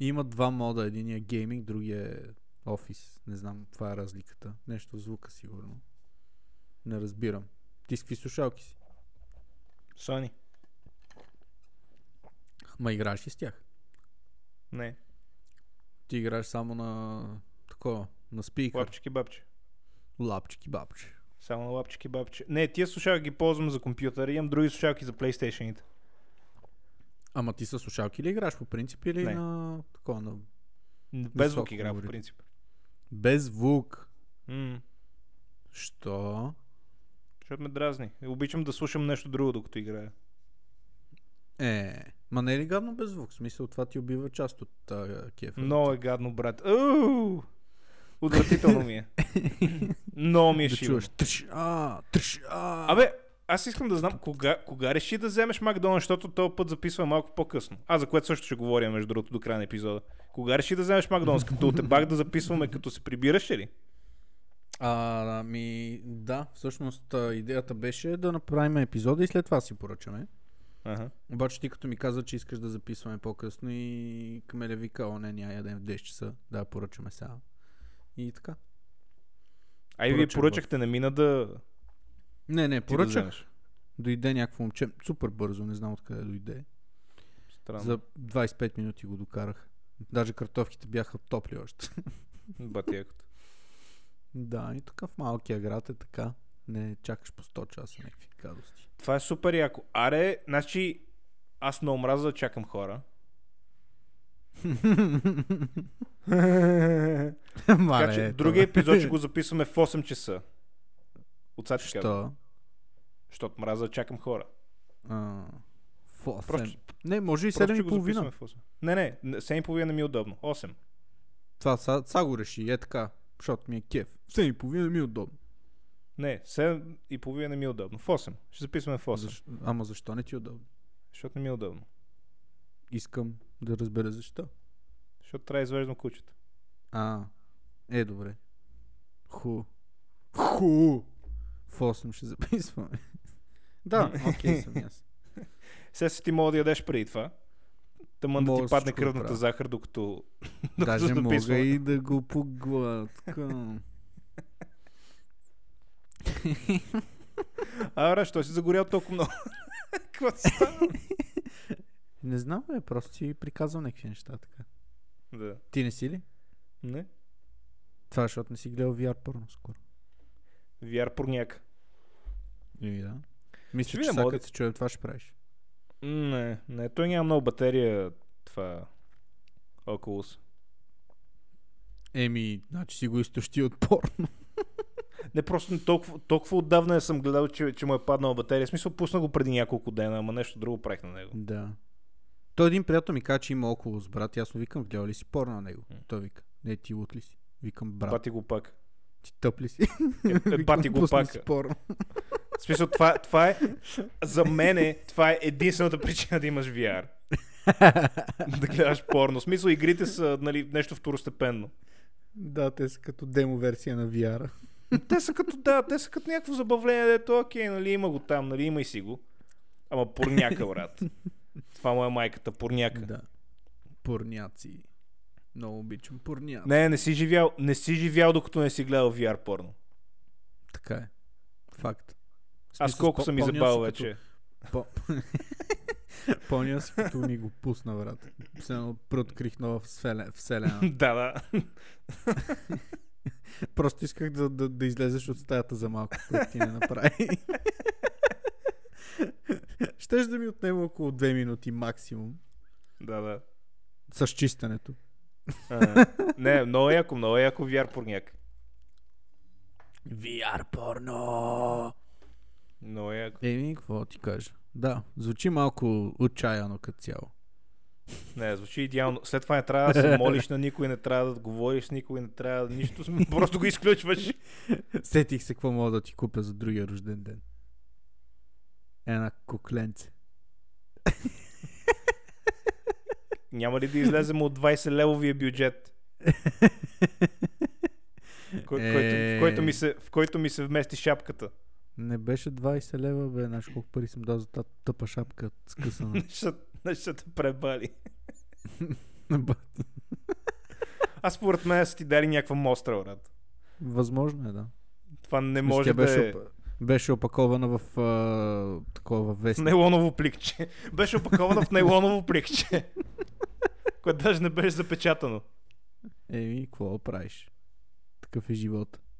Speaker 2: И има два мода. Единия е гейминг, другия е офис. Не знам каква е разликата. Нещо в звука сигурно. Не разбирам. Ти с какви слушалки си?
Speaker 1: Сони.
Speaker 2: Ма играеш ли с тях?
Speaker 1: Не.
Speaker 2: Ти играеш само на такова, на спикър.
Speaker 1: Лапчики бабче.
Speaker 2: Лапчики, бабче.
Speaker 1: Само на лапчики бабче. Не, тия слушалки ги ползвам за компютъра. Имам други слушалки за PlayStation-ите.
Speaker 2: Ама ти с слушалки ли играш по принцип или
Speaker 1: Не.
Speaker 2: на такова, на...
Speaker 1: Без звук
Speaker 2: Високо
Speaker 1: игра, по
Speaker 2: говорите.
Speaker 1: принцип.
Speaker 2: Без звук.
Speaker 1: М,
Speaker 2: Що?
Speaker 1: Защото ме дразни. Обичам да слушам нещо друго, докато играя.
Speaker 2: Е, ма не е ли гадно без звук? В смисъл това ти убива част от а, кефа.
Speaker 1: Много е гадно, брат. Уу! Отвратително ми е. Много ми е
Speaker 2: да
Speaker 1: шиво.
Speaker 2: чуваш. Трш, а, трш, а.
Speaker 1: Абе, аз искам да знам кога, кога реши да вземеш Макдоналд, защото този път записва малко по-късно. А, за което също ще говоря, между другото, до края на епизода. Кога реши да вземеш Макдоналд? Като те бах да записваме, като се прибираш ли?
Speaker 2: А, ами, да, всъщност а, идеята беше да направим епизода и след това си поръчаме.
Speaker 1: Ага.
Speaker 2: Обаче ти като ми каза, че искаш да записваме по-късно и Камеля вика, о не, няма ядем в 10 часа, да я поръчаме сега. И така.
Speaker 1: А и вие
Speaker 2: Поръчах,
Speaker 1: поръчахте, не мина да ти
Speaker 2: Не, не,
Speaker 1: да
Speaker 2: поръчах.
Speaker 1: вземеш.
Speaker 2: дойде някакво момче, супер бързо, не знам откъде дойде.
Speaker 1: Странно.
Speaker 2: За 25 минути го докарах. Даже картофките бяха топли още.
Speaker 1: Батиякото.
Speaker 2: да, и така в малкия град е така. Не чакаш по 100 часа някакви гадости.
Speaker 1: Това е супер яко. Аре, значи аз не омраза да чакам хора. Така че
Speaker 2: ето,
Speaker 1: другия
Speaker 2: бе.
Speaker 1: епизод ще го записваме в 8 часа. От сега ще казвам.
Speaker 2: Що?
Speaker 1: Защото мраза да чакам хора.
Speaker 2: А, в осем.
Speaker 1: Просто-
Speaker 2: Не, може и
Speaker 1: Просто ще
Speaker 2: 7 и
Speaker 1: го
Speaker 2: половина.
Speaker 1: записваме в 8. Не, не, 7 и половина не ми е удобно. 8.
Speaker 2: Това са, са го реши, е така. Защото ми е кеф. 7 и половина ми е удобно.
Speaker 1: Не, 7 и половина не ми е удобно. В 8. Ще записваме в 8.
Speaker 2: Защ... Ама защо не ти е удобно?
Speaker 1: Защото не ми е удобно.
Speaker 2: Искам да разбера защо.
Speaker 1: Защото трябва да извеждам кучета.
Speaker 2: А, е добре. Ху. Ху! В 8 ще записваме. да, окей съм и аз.
Speaker 1: Сега си ти мога да ядеш преди това. Тъмън да
Speaker 2: Мога
Speaker 1: ти падне
Speaker 2: всичко да
Speaker 1: кръвната
Speaker 2: правя.
Speaker 1: захар, докато...
Speaker 2: Даже мога
Speaker 1: записваме.
Speaker 2: и да го поглътка.
Speaker 1: А, бре, що си загорял толкова много? Какво ти става?
Speaker 2: Не знам, е, просто си приказвам някакви неща така.
Speaker 1: да.
Speaker 2: Ти не си ли?
Speaker 1: Не?
Speaker 2: Това е, защото не си гледал VR порно скоро.
Speaker 1: Вяр порняк.
Speaker 2: Еми да. Мисля,
Speaker 1: Ще
Speaker 2: че
Speaker 1: видя,
Speaker 2: сега
Speaker 1: мога
Speaker 2: като се чуем това ще правиш.
Speaker 1: Не, не. Той няма много батерия. Това... Oculus.
Speaker 2: Еми, значи си го изтощи от порно.
Speaker 1: Не, просто толкова, толкова отдавна не съм гледал, че, че му е паднала батерия. В смисъл, пусна го преди няколко дена, ама нещо друго правих на него.
Speaker 2: Да. Той един приятел ми каза, че има около с брат и аз му викам, гледал ли си порно на него?
Speaker 1: М.
Speaker 2: Той вика, не ти лут ли си? Викам, брат,
Speaker 1: Бати го пак.
Speaker 2: ти тъп ли си?
Speaker 1: Е, е,
Speaker 2: Викам,
Speaker 1: бати го
Speaker 2: пусни
Speaker 1: пак.
Speaker 2: си порно.
Speaker 1: В смисъл, това, това е... За мен е, това е единствената причина да имаш VR. да гледаш порно. В смисъл, игрите са нали, нещо второстепенно.
Speaker 2: да, те са като демо версия на VR.
Speaker 1: Те са като, да, те са като някакво забавление, дето, окей, нали, има го там, нали, има и си го. Ама порняка, брат. Това му е майката, порняка. Да.
Speaker 2: да. Порняци. Много обичам порняци.
Speaker 1: Не, не си живял, не си живял, докато не си гледал VR порно.
Speaker 2: Така е. Факт. В
Speaker 1: Аз
Speaker 2: смисъл,
Speaker 1: колко
Speaker 2: спо-
Speaker 1: съм
Speaker 2: помня
Speaker 1: изебал
Speaker 2: си като-
Speaker 1: вече.
Speaker 2: По... Помня си като ми го пусна, брат. Все едно преоткрих нова вселе- вселена.
Speaker 1: да, да.
Speaker 2: Просто исках да, да, да излезеш от стаята за малко, което ти не направи. Щеш да ми отнема около 2 минути максимум
Speaker 1: да, да.
Speaker 2: с чистенето.
Speaker 1: А, не, много яко, много яко VR порняк.
Speaker 2: VR порно!
Speaker 1: Много яко.
Speaker 2: Еми, какво ти кажа? Да, звучи малко отчаяно като цяло.
Speaker 1: Не, звучи идеално. След това не трябва да се молиш на никой, не трябва да говориш с никой, не трябва да нищо. Просто го изключваш.
Speaker 2: Сетих се какво мога да ти купя за другия рожден ден. Една кукленце.
Speaker 1: Няма ли да излезем от 20 левовия бюджет?
Speaker 2: Е.
Speaker 1: Кой, който, в, който ми се, в който ми се вмести шапката.
Speaker 2: Не беше 20 лева, бе, знаеш колко пари съм дал за тази тъпа шапка, скъсана.
Speaker 1: Ще, ще те пребали.
Speaker 2: Ба,
Speaker 1: Аз според мен са ти дали някаква мостра, брат.
Speaker 2: Възможно е, да.
Speaker 1: Това не
Speaker 2: Мисля,
Speaker 1: може
Speaker 2: тя
Speaker 1: да е...
Speaker 2: беше, оп- беше опакована в а, такова
Speaker 1: в
Speaker 2: вестник.
Speaker 1: нейлоново пликче. Беше опакована в нейлоново пликче. Което даже не беше запечатано.
Speaker 2: Еми, какво правиш? Такъв е живот.